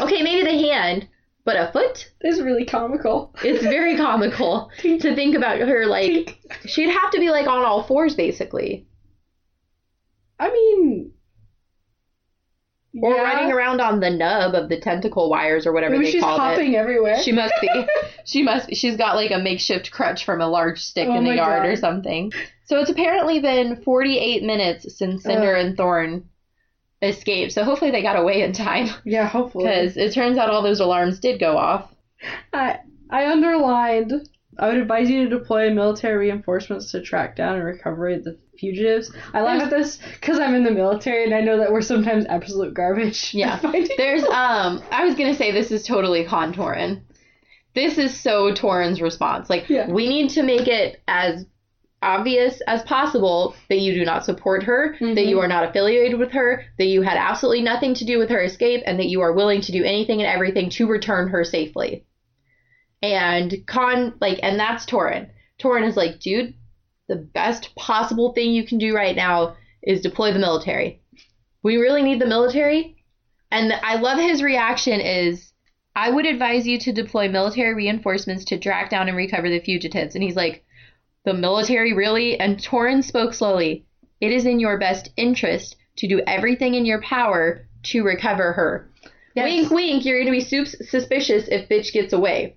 S4: Okay, maybe the hand, but a foot?
S3: It's really comical.
S4: It's very comical to think about her like
S3: Tink.
S4: she'd have to be like on all fours basically.
S3: I mean,
S4: Or
S3: yeah.
S4: running around on the nub of the tentacle wires or whatever
S3: Maybe
S4: they
S3: she's
S4: call it.
S3: hopping everywhere.
S4: She must be. she must. She's got like a makeshift crutch from a large stick
S3: Oh
S4: in the
S3: my
S4: yard
S3: God.
S4: or something. So it's apparently been 48 minutes since Cinder and Thorn escaped. So hopefully they got away in time
S3: yeah, hopefully.
S4: because it turns out all those alarms did go off.
S3: I, I underlined. I would advise you to deploy military reinforcements to track down and recover the fugitives. I laugh at this because I'm in the military and I know that we're sometimes absolute garbage. at
S4: Yeah.
S3: finding-
S4: There's um. I was gonna say this is totally con Torin. This is so Torin's response. Like
S3: Yeah.
S4: we need to make it as obvious as possible that you do not support her, that you are not affiliated with her, that you had absolutely nothing to do with her escape, and that you are willing to do anything and everything to return her safely. And con like, and that's Torin. Torin is like, dude, the best possible thing you can do right now is deploy the military. We really need the military. And I love his reaction is I would advise you to deploy military reinforcements to track down and recover the fugitives. And he's like, the military really? And Torin spoke slowly. It is in your best interest to do everything in your power to recover her. Wink, wink, you're going to be soups suspicious if bitch gets away.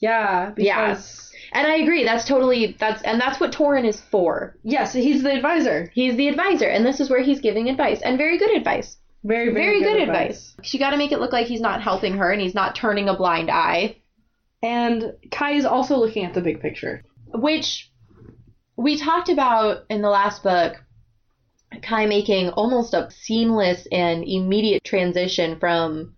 S3: Yeah,
S4: Yeah.
S3: because.
S4: And I agree. That's totally, that's, and that's what Torin is for.
S3: Yes, he's the advisor.
S4: He's the advisor, and this is where he's giving advice, and very good advice.
S3: Very,
S4: Very,
S3: very,
S4: good, advice. You got to make it look like he's not helping her and he's not turning a blind eye,
S3: And Kai is also looking at the big picture.
S4: which we talked about in the last book. Kai making almost a seamless and immediate transition from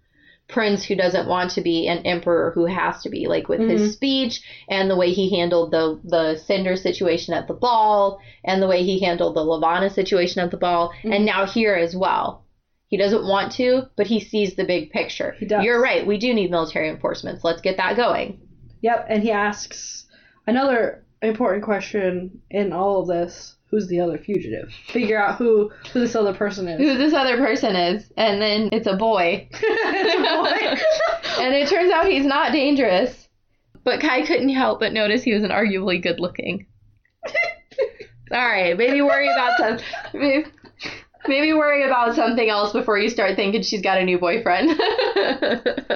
S4: prince who doesn't want to be an emperor who has to be like with
S3: Mm-hmm.
S4: his speech and the way he handled the the cinder situation at the ball and the way he handled the lavana situation at the ball
S3: Mm-hmm.
S4: and now here as well he doesn't want to but he sees the big picture
S3: He does.
S4: you're right we do need military enforcements let's get that going
S3: Yep, and he asks another important question in all of this who's the other fugitive? Figure out who, who this other person is.
S4: who this other person is and then it's a boy and it turns out he's not dangerous but kai couldn't help but notice he was an arguably good looking all right maybe worry about some maybe, maybe worry about something else before you start thinking she's got a new boyfriend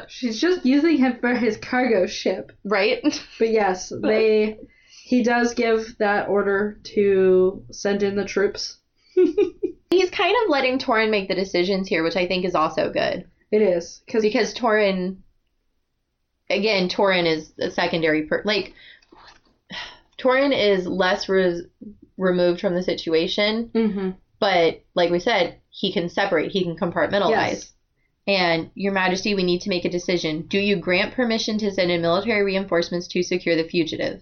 S3: She's just using him for his cargo ship.
S4: right
S3: But yes, they he does give that order to send in the troops.
S4: he's kind of letting torin make the decisions here which i think is also good
S3: It is because
S4: because Torin, again, Torin is a secondary per like Torin is less res- removed from the situation,
S3: hmm
S4: but like we said, he can separate, he can compartmentalize.
S3: Yes.
S4: And Your Majesty, we need to make a decision. Do you grant permission to send in military reinforcements to secure the fugitive?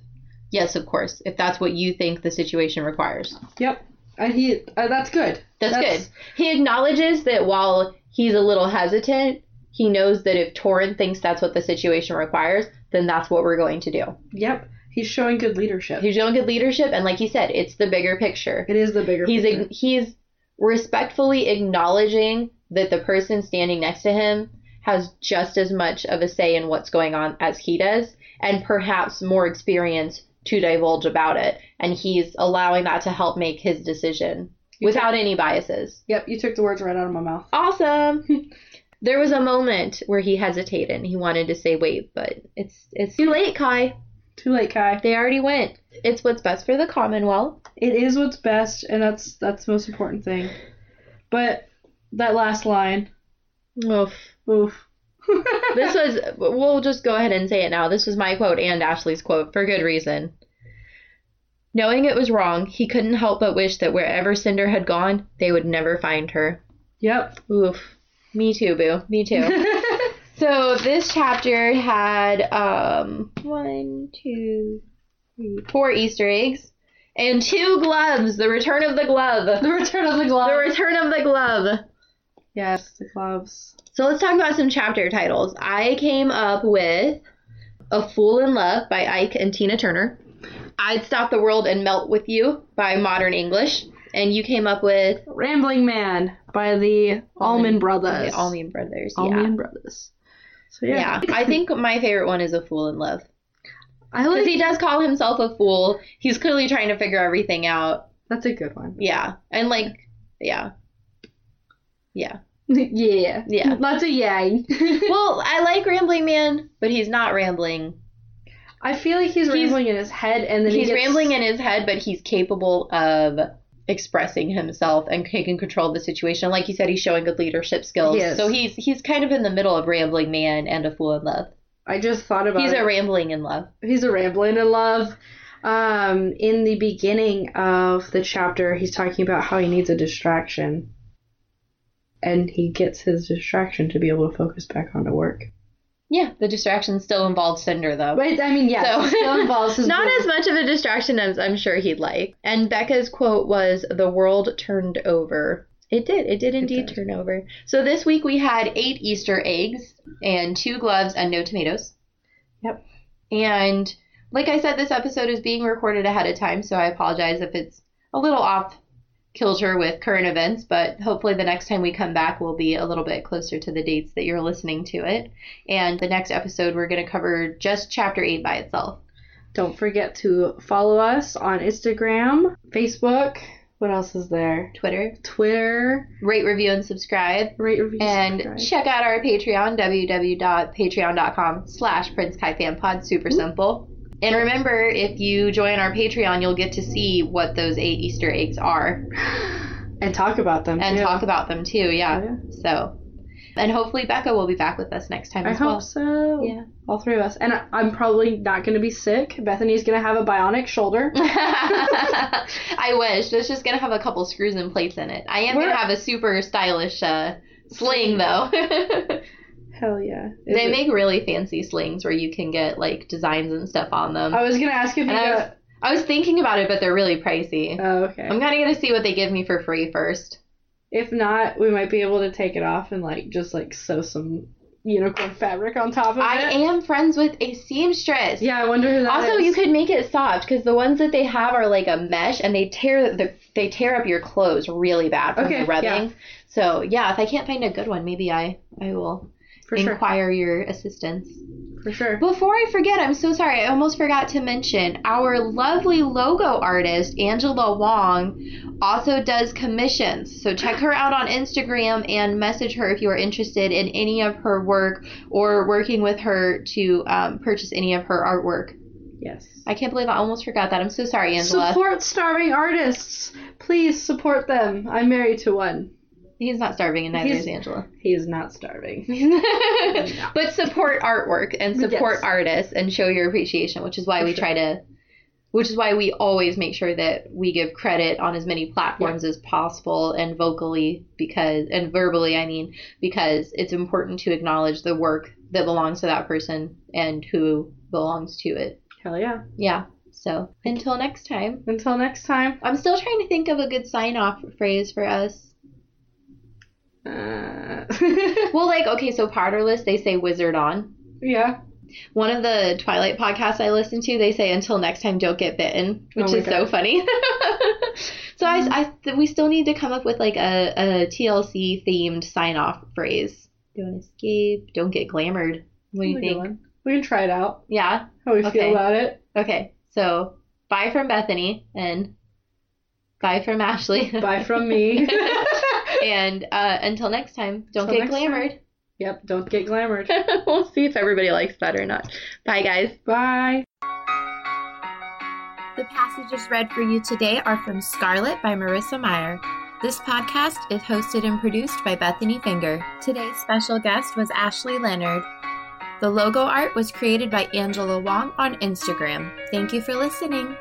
S4: Yes, of course, if that's what you think the situation requires.
S3: yep, and he uh, that's good.
S4: That's, good. He acknowledges that while he's a little hesitant, he knows that if Torin thinks that's what the situation requires, then that's what we're going to do.
S3: Yep, he's showing good leadership.
S4: He's showing good leadership, and like he said, it's the bigger picture.
S3: it is the bigger.
S4: He's
S3: picture.
S4: ag- he's respectfully acknowledging that the person standing next to him has just as much of a say in what's going on as he does, and perhaps more experience to divulge about it. And he's allowing that to help make his decision without any biases.
S3: yep, you took the words right out of my mouth.
S4: awesome. There was a moment where he hesitated and he wanted to say wait, but it's it's too late, Kai.
S3: Too late, Kai.
S4: They already went. It's what's best for the Commonwealth.
S3: It is what's best, and that's that's the most important thing. But that last line,
S4: Oof.
S3: oof.
S4: This was we'll just go ahead and say it now. This was my quote and Ashley's quote for good reason. Knowing it was wrong, he couldn't help but wish that wherever Cinder had gone, they would never find her.
S3: Yep.
S4: Oof. Me too, boo. Me too. so this chapter had um one, two, three, four Easter eggs and two gloves. The return of the glove.
S3: the return of the glove.
S4: The return of the glove.
S3: yes, the gloves.
S4: So let's talk about some chapter titles. I came up with A Fool in Love by Ike and Tina Turner. I'd Stop the World and Melt with You by Modern English. And you came up with
S3: Rambling Man by the Allman Brothers.
S4: the Allman Brothers.
S3: Allman
S4: yeah.
S3: Brothers. So yeah.
S4: Yeah. I think my favorite one is A Fool in Love.
S3: I
S4: Because
S3: like
S4: he does call himself a fool. He's clearly trying to figure everything out.
S3: that's a good one.
S4: Yeah. And like, yeah. Yeah.
S3: yeah.
S4: Yeah.
S3: Lots of yay.
S4: Well, I like Rambling Man, but he's not rambling.
S3: I feel like he's,
S4: He's-
S3: rambling in his head and then he
S4: he's
S3: gets-
S4: rambling in his head, but he's capable of expressing himself and taking control of the situation. Like you said, he's showing good leadership skills.
S3: He is.
S4: So he's he's kind of in the middle of Rambling Man and A Fool in Love.
S3: I just thought about
S4: He's
S3: it.
S4: a rambling in love.
S3: he's a rambling in love. Um, in the beginning of the chapter, he's talking about how he needs a distraction, and he gets his distraction to be able to focus back onto work.
S4: Yeah, the distraction still involves Cinder though.
S3: But I mean, yeah,
S4: So-
S3: it still involves his
S4: Not as much of a distraction as I'm sure he'd like. And Becca's quote was, The world turned over. It did. It did indeed
S3: did.
S4: turn over. So this week we had eight Easter eggs and two gloves and no tomatoes.
S3: Yep.
S4: And like I said, this episode is being recorded ahead of time, so I apologize if it's a little off kilter with current events, but hopefully the next time we come back, we'll be a little bit closer to the dates that you're listening to it. And the next episode, we're going to cover just chapter 8 by itself.
S3: Don't forget to follow us on Instagram, Facebook. What else is there?
S4: Twitter,
S3: Twitter.
S4: rate, review, and subscribe.
S3: Rate review.
S4: And
S3: subscribe.
S4: check out our Patreon, www.patreon.com slash Prince Kai Fan Pod. Super simple. And remember, if you join our Patreon, you'll get to see what those eight Easter eggs are
S3: and talk about them
S4: and
S3: too.
S4: talk about them too. Yeah.
S3: Yeah.
S4: So, and hopefully Becca will be back with us next time
S3: I
S4: as
S3: hope
S4: well.
S3: so.
S4: Yeah.
S3: All three of us. And I- I'm probably not going to be sick. Bethany's going to have a bionic shoulder.
S4: I wish. It's just gonna have a couple screws and plates in it. I am
S3: We're-
S4: gonna have a super stylish uh, sling though.
S3: Hell yeah. Is
S4: They
S3: it-
S4: make really fancy slings where you can get like designs and stuff on them.
S3: I was going to ask if you
S4: and I was,
S3: got.
S4: I was thinking about it, but they're really pricey.
S3: Oh, okay.
S4: I'm kind of gonna see what they give me for free first.
S3: If not, we might be able to take it off and like just like sew some unicorn fabric on top of
S4: I
S3: it.
S4: am friends with a seamstress.
S3: Yeah, I wonder who that
S4: Also,
S3: is.
S4: you could make it soft because the ones that they have are like a mesh, and they tear the they tear up your clothes really bad from
S3: Okay,
S4: the rubbing. So yeah, if I can't find a good one, maybe I I will
S3: for sure.
S4: inquire your assistance.
S3: For sure.
S4: Before I forget, I'm so sorry. I almost forgot to mention our lovely logo artist, Angela Wong, also does commissions. So check her out on Instagram and message her if you are interested in any of her work or working with her to um, purchase any of her artwork.
S3: Yes.
S4: I can't believe I almost forgot that. I'm so sorry, Angela.
S3: Support starving artists. Please support them. I'm married to one.
S4: He's not starving, and neither
S3: He's-
S4: is Angela.
S3: He is not starving.
S4: but support artwork and support
S3: Yes.
S4: artists and show your appreciation, which is why we try to, which is why we always make sure that we give credit on as many platforms as possible and vocally because, and verbally, I mean, because it's important to acknowledge the work that belongs to that person and who belongs to it.
S3: Hell yeah.
S4: Yeah. So until next time,
S3: Until next time.
S4: I'm still trying to think of a good sign off phrase for us.
S3: Uh,
S4: Well, like, okay, so Potterless, they say wizard on.
S3: yeah.
S4: One of the Twilight podcasts I listen to, they say until next time, don't get bitten, which
S3: Oh my
S4: is so
S3: God.
S4: funny. so I, I th- we still need to come up with like a, a TLC themed sign off phrase. Don't escape, don't get glamored. What do you
S3: That's a good
S4: think?
S3: one. We can try it out.
S4: Yeah.
S3: How we
S4: Okay.
S3: feel about it.
S4: Okay. So bye from Bethany and bye from Ashley.
S3: Bye from me.
S4: and uh, until next time, don't
S3: Till
S4: get
S3: next time.
S4: glamored.
S3: yep. Don't get glamored.
S4: we'll see if everybody likes that or not. Bye, guys.
S3: Bye.
S2: The passages read for you today are from Scarlet by Marissa Meyer. This podcast is hosted and produced by Bethany Finger. Today's special guest was Ashley Leonard. The logo art was created by Angela Wong on Instagram. Thank you for listening.